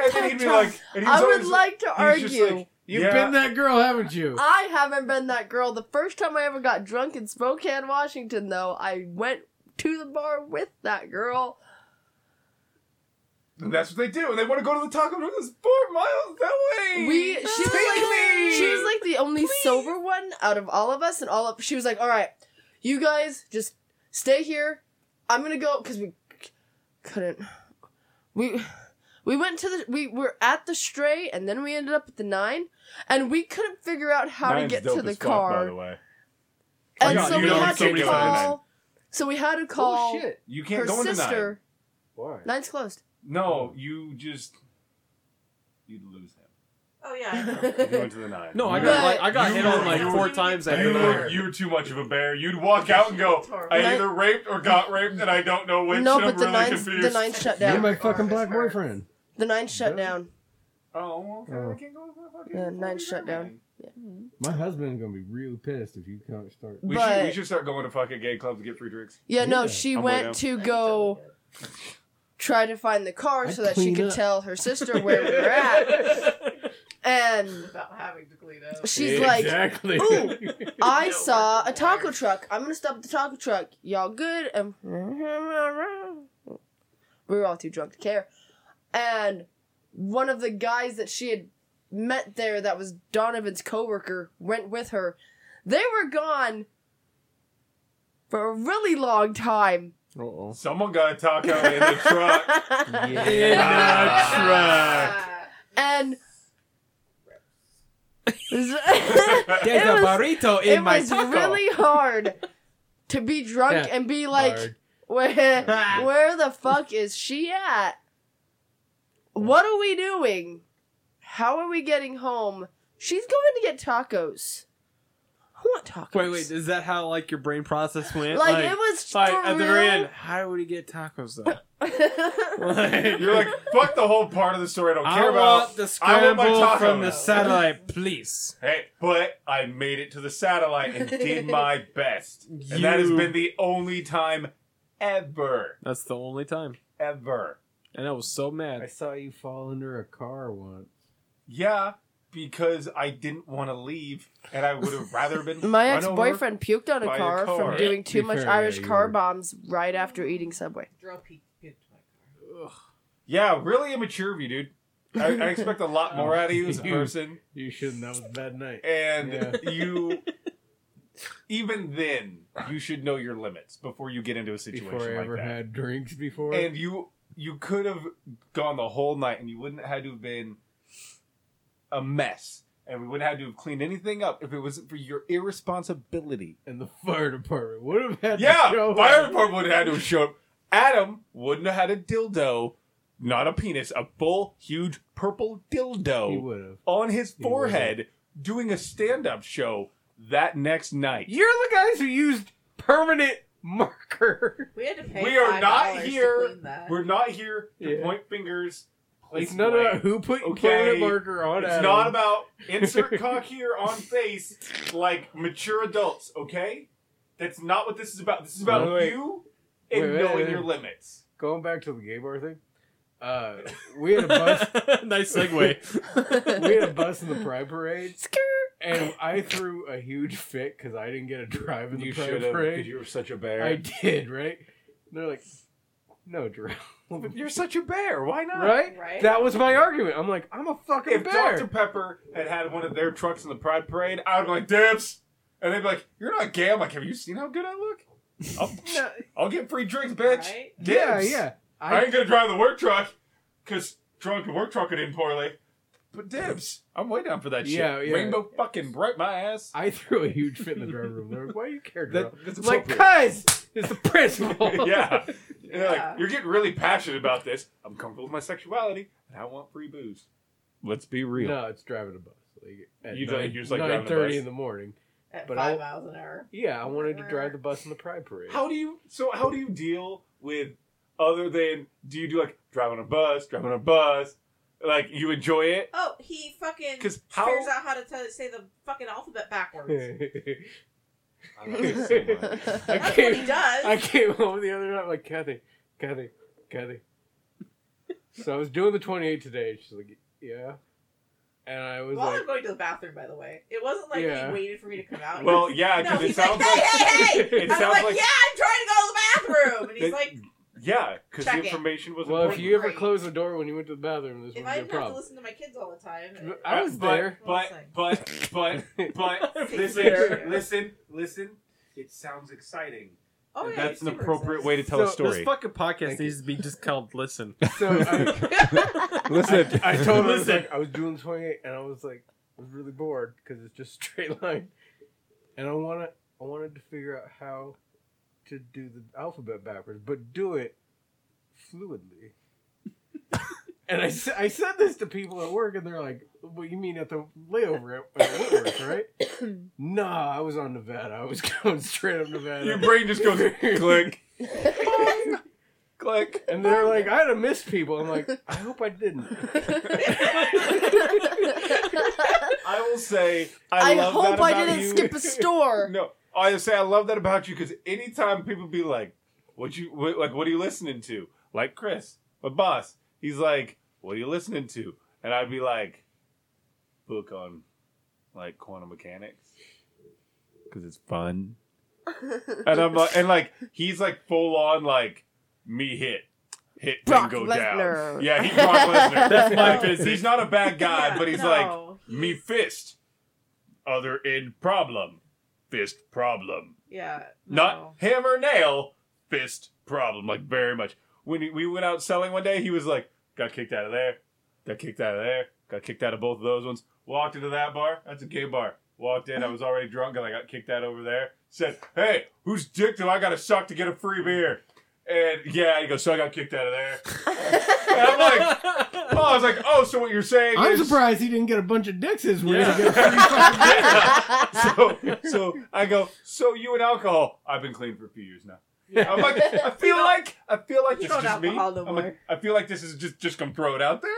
And then he'd be like, and he was
I would
always,
like to
he was just
argue.
like,
You've
yeah.
been that girl, haven't you?
I haven't been that girl. The first time I ever got drunk in Spokane, Washington, though, I went to the bar with that girl.
And that's what they do, and they want to go to the taco truck. It's four miles that way.
We she was
Take
like
me.
she was like the only sober one out of all of us, and all of she was like, "All right, you guys just stay here. I'm gonna go because we c- couldn't. We we went to the we were at the stray, and then we ended up at the nine, and we couldn't figure out how
Mine's
to get
dope
to the
as fuck, by
car.
the way. Oh,
And
Yeah,
so
you
we
know
had
it's so
to
many
call.
times.
So we had to
Oh
call
shit!
You
her
can't go into nine.
sister.
Why?
Nine's closed.
No, you just
you'd lose him.
Oh yeah.
If you went to the nine.
No, I got
But-
like I got hit on like
You-
four times
You
after
were,
that.
you were too much of a bear. You'd walk out and go, I either raped or got raped, and I don't know which.
no,
and
but
I'm
the
really
nine
confused.
the nine shut
You're
down.
my fucking black boyfriend.
the nine shut down.
Oh, okay.
Oh.
I can't go with my fucking.
The nine shut down.
My husband's gonna be real pissed if you can't start.
We,
But-
should, we should start going to fucking gay clubs to get free drinks.
Yeah, no,
Yeah.
she
I'm
went
with
to go try to find the car
I'd
so that she
clean
could
up.
tell her sister where we were at. And
Without having to clean up.
she's like,
exactly.
"Ooh." I
No
saw a
work.
taco truck. I'm gonna stop at the taco truck. Y'all good? And we were all too drunk to care. And one of the guys that she had met there, that was Donovan's coworker, went with her. They were gone for a really long time.
Uh-oh.
Someone got a taco in the truck.
Ah.
and
There's
It was-
a burrito in
it
my
was
taco.
really hard to be drunk
Yeah.
and be like,
Hard.
where where the fuck is she at? What are we doing? How are we getting home? She's going to get tacos. I want tacos.
Wait, wait, is that how like your brain process went?
Like, it was
like,
for
at the
real.
very end. How do we get tacos though? Like,
You're like, fuck the whole part of the story I don't
I
care
want
about.
the
I want my
scramble from the
tacos.
satellite, please.
Hey, but I made it to the satellite and did my best. And that has
You-
been the only time ever,
That's the only time,
ever.
and I was so
I
mad.
saw you fall under a car once.
Yeah, because I didn't want to leave and I would have rather been.
My
run
ex
over.
boyfriend puked on a
by a
car,
car.
from doing too
Be
much
fair, yeah,
Irish
you
car
were-
bombs right after eating Subway.
Drove Pete to my car.
Yeah, really immature of you, dude. I, I expect a lot more out of you as a person.
Oh. You shouldn't. That was a bad night.
And
Yeah.
you. Even then, you should know your limits before you get into a situation
Before I
like
ever
that.
had drinks before.
and you you could have gone the whole night and you wouldn't have had to have been a mess and we wouldn't have to have cleaned anything up if it wasn't for your irresponsibility
and the fire department would have had to
yeah
show
fire
up.
department would have had to have showed up adam wouldn't have had a dildo not a penis a full huge purple
He
dildo
would have.
on his
He
forehead doing a stand-up show that next night
You're the guys who used permanent marker.
We had to pay.
we are not
$5 to
here
clean that.
we're not here to
Yeah.
point fingers
It's
place
not
blame.
about who put
Okay.
permanent marker on.
It's
Adam.
not about insert cock here on face like mature adults, okay? That's not what this is about. This is about
Wait, wait.
you and
Wait, wait,
knowing
wait.
your limits.
going back to the gay bar thing. Uh, we had a bus.
nice segue.
we had a bus in the pride parade, and I threw a huge fit because I didn't get a drive in the pride parade.
were such a
I
bear.
did, right? And they're like, "No, Jerome,
You're such a bear. Why not?
right?
Right.
That was my argument. I'm like, I'm a fucking
If
bear.
Dr. Pepper had had one of their trucks in the Pride Parade, I would be like, "Dips," and they'd be like, "You're not gay." I'm like, "Have you seen how good I look? I'll,
No,
I'll get free drinks, bitch.
Right?
Dibs.
yeah, yeah.
I,
I,
ain't gonna drive the work truck because drunk and work trucker didn't poorly. But dibs, I'm way down for that shit.
Yeah, yeah.
Rainbow fucking bright my ass.
I threw a huge fit in the driver room. They're like, "Why do you care, Jerome?"
that's
It's like,
appropriate.
cuz it's the principle.
yeah. You're, like,
Yeah.
you're getting really passionate about this. I'm comfortable with my sexuality and I want free booze. Let's be real.
No, it's driving a bus. Like at
You
you
don't-
nine,
you're just like driving a
9:30
bus.
in the morning.
At
But
five
I'll-
miles an hour.
Yeah, I wanted to drive the bus in the pride parade.
How do you so how do you deal with other than do you do like drive on a bus, drive on a bus? Like you enjoy it?
Oh, he fucking
'Cause how-
figures out how to tell, say the fucking alphabet backwards.
I
love you so much. I
That's
came-
what he does.
I came home the other night like Kathy, Kathy, Kathy. So I was doing the 28 today. and She's like, yeah, and I was
While
like,
I'm going to the bathroom, by the way, it wasn't like
Yeah.
he waited for me to come out.
Well, yeah,
no,
because it
he's like,
sounds
hey,
like
hey, hey!
it
And I'm
sounds
like,
like-
yeah, I'm trying to go to the bathroom, and he's
They-
like,
yeah, because the
Check it.
information was
well, if
important.
you ever
Great.
close the door when you went to the bathroom, this would
if
be
I
a
didn't have to
problem.
listen to my kids all the time, it-
I was
but,
there.
But, but, but, but,
Six
listen,
years.
listen, listen. It sounds exciting.
oh yeah,
That's an
super
appropriate
excited.
way to tell a
So,
story.
This fucking podcast
Thank you.
needs to be just called "Listen."
So I,
listen,
I told her I was
Listen.
like, I was doing 28, and I was like, I was really bored because it's just straight line, and I want to, I wanted to figure out how to do the alphabet backwards, but do it fluidly. And I, s- I said this to people at work, and they're like, "What you mean at the layover at, at Whitworth, right?" nah, I was on Nevada. I was going straight up Nevada.
Your brain just goes click, click.
And they're like, I'd have missed people. I'm like, I hope I didn't.
I will say, I,
I,
love that
hope I
about
didn't
you.
skip a store.
No, I say I love that about you because anytime people be like, "What you what, like? What are you listening to?" Like Chris, my boss, he's like, "What are you listening to?" And I'd be like, "Book on like quantum mechanics because it's fun." and I'm like, and like he's like full on like me hit. Hit
Brock
then go down.
Lesnar.
Yeah, he's Brock Lesnar.
That's my
Like,
physique.
He's not a bad guy, but he's like,
No.
me fist. Other end problem. Fist problem.
Yeah.
Not
no.
hammer nail. Fist problem. Like very much. When he- we went out selling one day, he was like, got kicked out of there. Got kicked out of there. Got kicked out of both of those ones. Walked into that bar. That's a gay bar. Walked in. I was already drunk and I got kicked out over there. Said, hey, whose dick do I got to suck to get a free beer? And yeah, he goes, so I got kicked out of there. and I'm like, oh, I was like, oh, so what you're saying
I'm
is.
surprised he didn't get a bunch of dicks his way.
Yeah.
so, so I go. So you and alcohol? I've been clean for a few years now. I'm like, I feel like I feel like
You
this is
don't
just me.
alcohol no
I'm like,
more.
I feel like this is just just gonna throw it out there.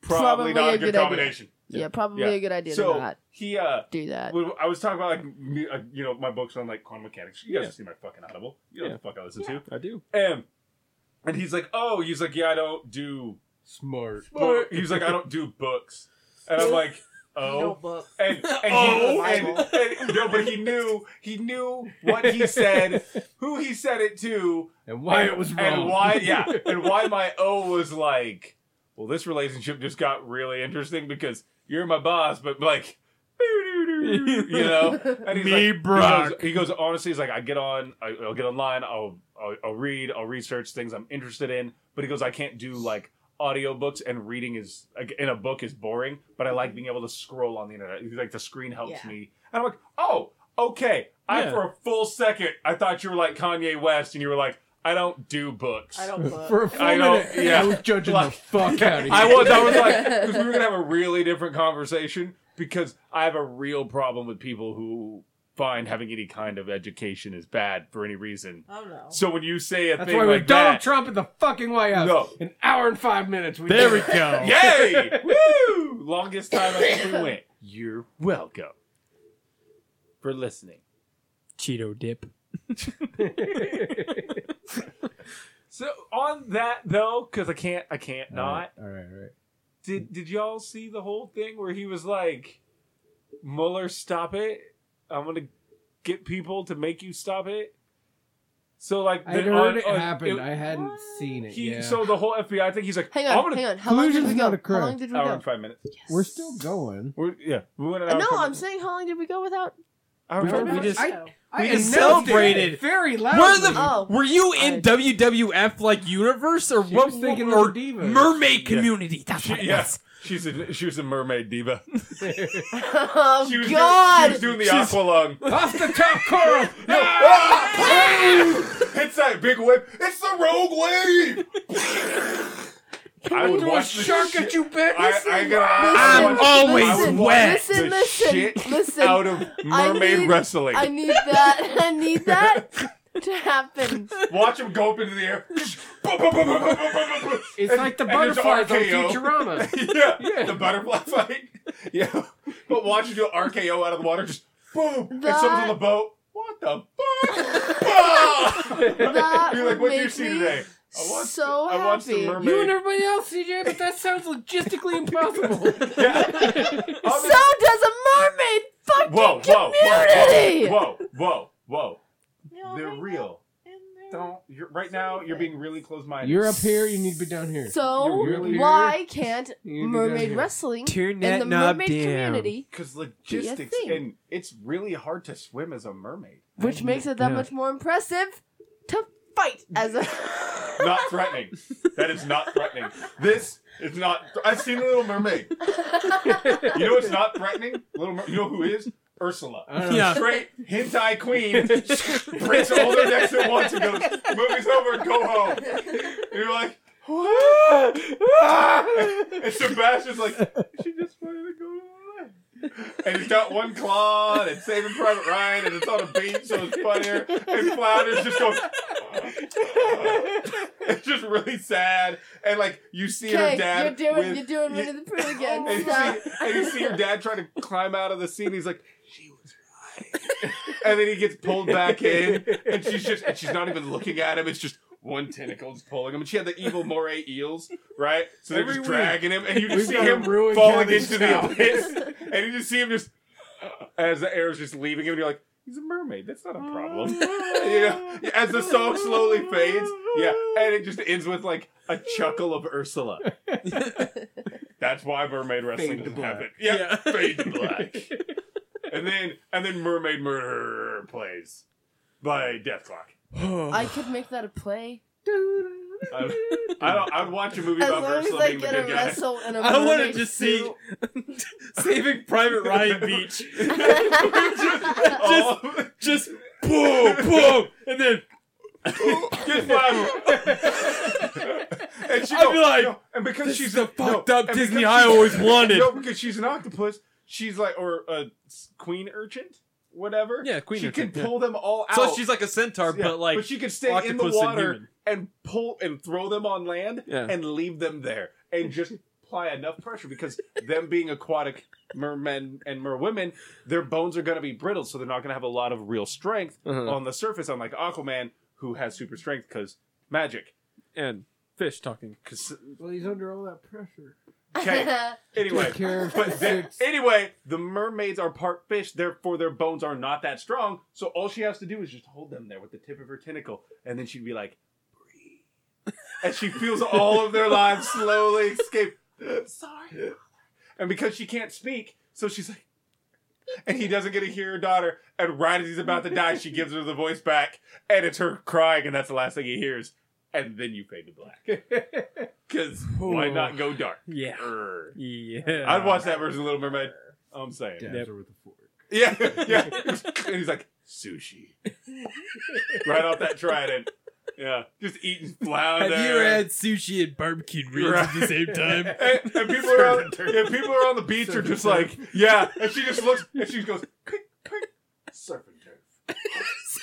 Probably
Probably, not
a
a good,
good idea.
combination.
Yeah, probably
Yeah.
a good idea
so
to not
he, uh,
do that.
when I was talking about like me- uh, you know my books on like quantum mechanics. You guys
Yeah.
have seen my fucking audible. You know
Yeah.
what the fuck I listen to.
I do.
And and he's like, oh, he's like, yeah, I don't do.
Smart.
Book. He's like, I don't do books. And I'm like, oh.
No book.
And, and,
Oh.
he, and, and- no, but he knew he knew what he said, who he said it to,
And why it was wrong.
and why yeah, and why my O was like, well, this relationship just got really interesting because you're my boss, but like, you know, and he's
Me,
like,
Brock.
He goes, he goes, honestly, he's like, I get on, I, I'll get online, I'll, I'll, I'll read, I'll research things I'm interested in, but he goes, I can't do like audiobooks and reading is like, in a book is boring, but I like being able to scroll on the internet. He's like, the screen helps
Yeah.
me, and I'm like, oh, okay. I
Yeah.
for a full second, I thought you were like Kanye West, and you were like, I don't do books.
I don't book.
For a full
I know,
minute,
yeah.
I was judging
Like-
the fuck out of you.
I was. I was like, because we were gonna have a really different conversation because I have a real problem with people who find having any kind of education is bad for any reason.
oh no.
So when you say a
That's
thing
why
like
we Donald
that,
Trump at the fucking White House.
No.
An hour and five minutes. We
There we
did it.
go.
yay, woo, longest time I ever went. You're welcome for listening.
Cheeto dip.
So on that though, because I can't, I can't not.
All right, all right.
Did did y'all see the whole thing where he was like, Mueller, stop it! I'm gonna get people to make you stop it. So like,
I
the-
heard
on-
oh, it
on-
happened.
it-
I hadn't
What?
seen it.
he
yeah.
so the whole FBI thing. He's like,
hang
I'm
on,
gonna
hang on. How long did
Collusion's
we
not
go?
a
How
crime.
long did we
hour
go?
and five minutes.
Yes.
We're still going.
We're, yeah, we went an hour
No,
and five
I'm
minutes.
saying how long did we go without?
Hour and
No,
five
we
minutes.
just- I- I
just
announced it
celebrated.
very loudly.
Where the
Oh.
were you in
I-
WWF like universe or
She
what?
was thinking
or
of the divas.
mermaid community? That's what it
yeah,
was.
she's a she was a mermaid diva.
Oh
She was,
God!
Doing, she was doing the aqua lung.
Off the top, Carl.
Ah!
it's that big wave. It's the rogue wave. I would watch the
shark
shit-
at you, bitch.
I, I gotta, I
Listen,
would watch-
always
I would
listen,
watch
wet.
Listen,
the
listen,
shit
listen.
out of
I
mermaid
need-
wrestling.
I need that. I need that to happen.
Watch him go up into the air. Boom, boom, boom, boom, boom, boom, boom, boom.
It's
And-
like the
and it's
butterflies on
RKO.
Futurama.
yeah, the butterfly fight. Yeah, but watch him do an RKO out of the water. Just boom, and someone's on the boat. What the fuck?
That
Bah! You're like,
would
what did you
make me
see today? I watched,
so
I watched the
happy.
mermaid.
You and everybody else, CJ, but that sounds logistically impossible.
So does a mermaid fucking
whoa, whoa,
community.
whoa, whoa, whoa, whoa.
No,
They're
hang
real.
in there.
Don't. You're, right now, you're being really close-minded.
You're up here, you need to be down here.
So
You're really
why can't
You're
mermaid
here.
wrestling
Turn
in the mermaid community,
because logistics
thing.
and it's really hard to swim as a mermaid.
which makes it that
Yeah.
much more impressive to fight as a?
Not threatening. that is not threatening. This is not. I've seen Little Mermaid. you know what's not threatening? Little. Mer- you know who is Ursula.
I don't know.
Yeah.
Straight hentai queen breaks all their necks at once and goes, "Movie's over, go home." And you're like, "What?" and Sebastian's like, she just wanted to go to the left. And he's got one claw, and it's Saving Private Ryan, and it's on a beach, so it's funnier. And Flounder's just going, it's just really sad. And like, you see her
Okay, you're
dad.
doing
with-
you're doing
you-
Winnie the Pooh again.
and you,
Stop.
see, and you see your dad trying to climb out of the sea, and he's like, "She was right," and then he gets pulled back in, and she's just, and she's not even looking at him. It's just one tentacle's pulling him, and she had the evil moray eels, right? So they're
Every
just
week.
dragging him, and you
We've
just see
got a
him
ruined
falling
Cabbage
into
Town.
the abyss, and you just see him just as the air is just leaving him, and you're like, "He's a mermaid. That's not a
Oh,
problem." you know, as the song slowly fades, yeah, and it just ends with like a chuckle of Ursula. That's why mermaid wrestling
Fade to
doesn't happen. Yeah,
black.
Yeah.
fade to black. and then and then mermaid murderer plays by Death Clock.
I could make that a play.
I, I don't. I'd watch a movie
As
about
long as
Ursula
I
being the
get a
good guy.
wrestle and a
I want to
mermaid
just see
suit.
Saving Private Ryan Beach.
Oh,
Just boom, boom, and then
just fly. and she
I'd
no,
be like,
no, and because
this
she's
is the
no,
fucked
no,
up
and
Disney
because
I
she's-
always wanted.
No, because she's an octopus. She's like, or a s- queen urchin, whatever.
Yeah, queen
She
urchin,
can
yeah.
pull them all out.
so she's like a centaur,
Yeah,
but like
but she could stay in the
octopus and
water
human.
and pull and throw them on land
Yeah.
and leave them there and just apply enough pressure because them being aquatic mermen and merwomen, their bones are going to be brittle, so they're not going to have a lot of real strength
Uh-huh.
on the surface. Unlike Aquaman, who has super strength because magic.
and fish talking.
'Cause-
Well, he's under all that pressure.
okay, anyway.
Take care of
But then,
six.
anyway, the mermaids are part fish, therefore their bones are not that strong. So all she has to do is just hold them there with the tip of her tentacle, and then she'd be like, breathe. And she feels all of their lives slowly escape. I'm sorry. father." And because she can't speak, so she's like, and he doesn't get to hear her daughter. And right as he's about to die, she gives her the voice back, and it's her crying, and that's the last thing he hears. And then you fade to black. Because why not go dark?
Yeah.
Err.
Yeah.
I'd watch that version of Little Mermaid. I'm saying.
Dabs
Yep.
her with a fork.
Yeah, yeah. and he's like, sushi. right off that trident. Yeah. Just eating flounder.
Have you
uh,
ever had sushi and barbecue ribs at the same time?
And, and people are on, yeah, people are on the beach are just like, yeah. And she just looks and she goes, quick, quick, surf and turf.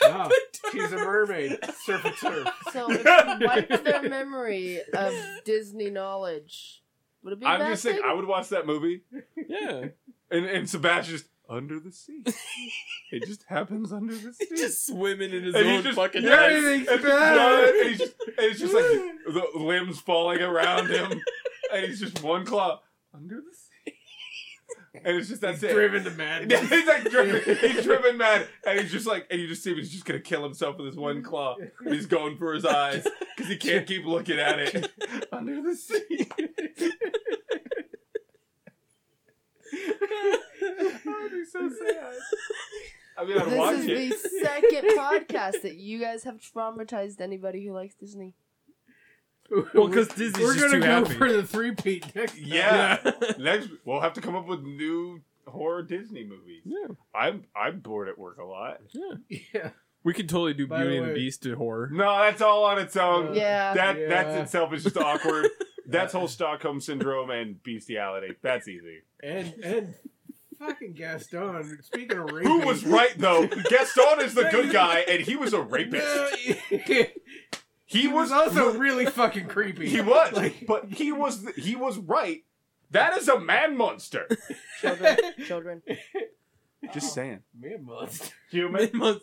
Wow.
She's a mermaid. Surf and turf.
So if you wipe their memory of Disney knowledge, would it be a
I'm
bad
just saying,
thing?
I would watch that movie.
Yeah.
And and Sebastian's just under the sea. it just happens under the sea.
Just swimming in his
And
own
he's just,
fucking
yeah,
ice.
and he's just running, and he's just, and it's just like the limbs falling around him, and he's just one claw under the sea, and it's just that's it.
driven to
Yeah,
madness.
he's like driven, he's driven mad, and he's just like, and you just see him. He's just gonna kill himself with his one claw. And he's going for his eyes because he can't keep looking at it under the sea. Oh, it'd be so sad. I mean, I'd watch
this
it.
is the second podcast that you guys have traumatized anybody who likes Disney.
Well,
because Disney's
We're
just
gonna
too
go
happy.
for the three peat next. time.
Yeah. Next, we'll have to come up with new horror Disney movies.
Yeah.
I'm I'm bored at work a lot.
yeah.
We could totally do
By
Beauty
the
and the
way-
Beast to horror.
No, that's all on its own.
Yeah.
That
Yeah.
that's itself is just awkward. That's whole Stockholm syndrome and bestiality. That's easy.
And and fucking Gaston. Speaking of raping,
Who was right though? Gaston is the good guy, and he was a
No,
rapist.
he,
He was
was also really fucking creepy.
he was,
Like,
but he was he was right. That is a man monster.
Children, children.
Just saying,
man monster.
human.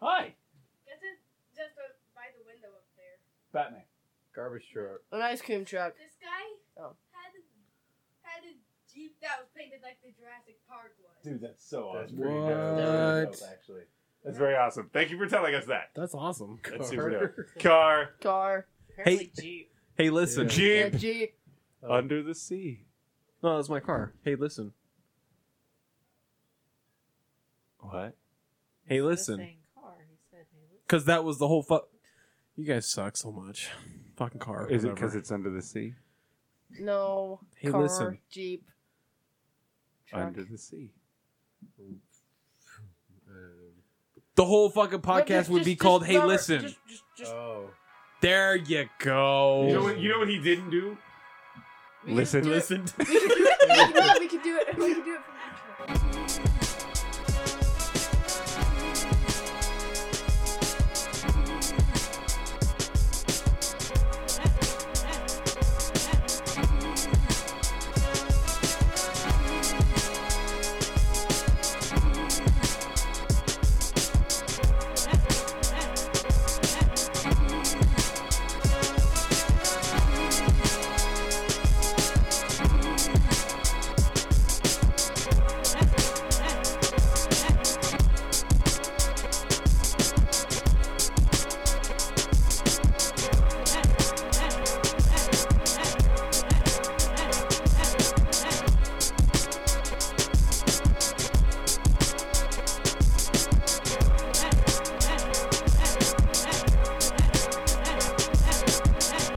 Hi,
That's a, just a, by the window up there.
Batman.
Garbage truck.
An ice cream truck.
This guy
Oh.
had a, had a jeep that was painted like the Jurassic Park was.
Dude, that's so
That's
awesome.
pretty dope.
What?
That's pretty dope, actually.
That's very awesome. Thank you for telling us that.
That's awesome.
That's super dope. Car,
Car.
Hey, hey, listen.
Yeah.
A
Jeep,
Jeep.
under the sea.
No, that's my car. Hey, listen.
What?
Hey, listen.
Saying car, he said, hey, listen.
Because that was the whole fuck. You guys suck so much. Fucking car.
Is it
whatever.
because it's under the sea?
No.
Hey,
car.
listen.
Jeep. Truck.
Under the sea.
the whole fucking podcast
Just-
would be
just-
called
just
"Hey,
Robert-
listen."
Just,
Uh,
just, just
Oh.
there you go.
You know what? You know what he didn't do?
Listen,
do it.
listen.
We could do it. We could do it. We could do it. We could do it from the intro.
Thank you.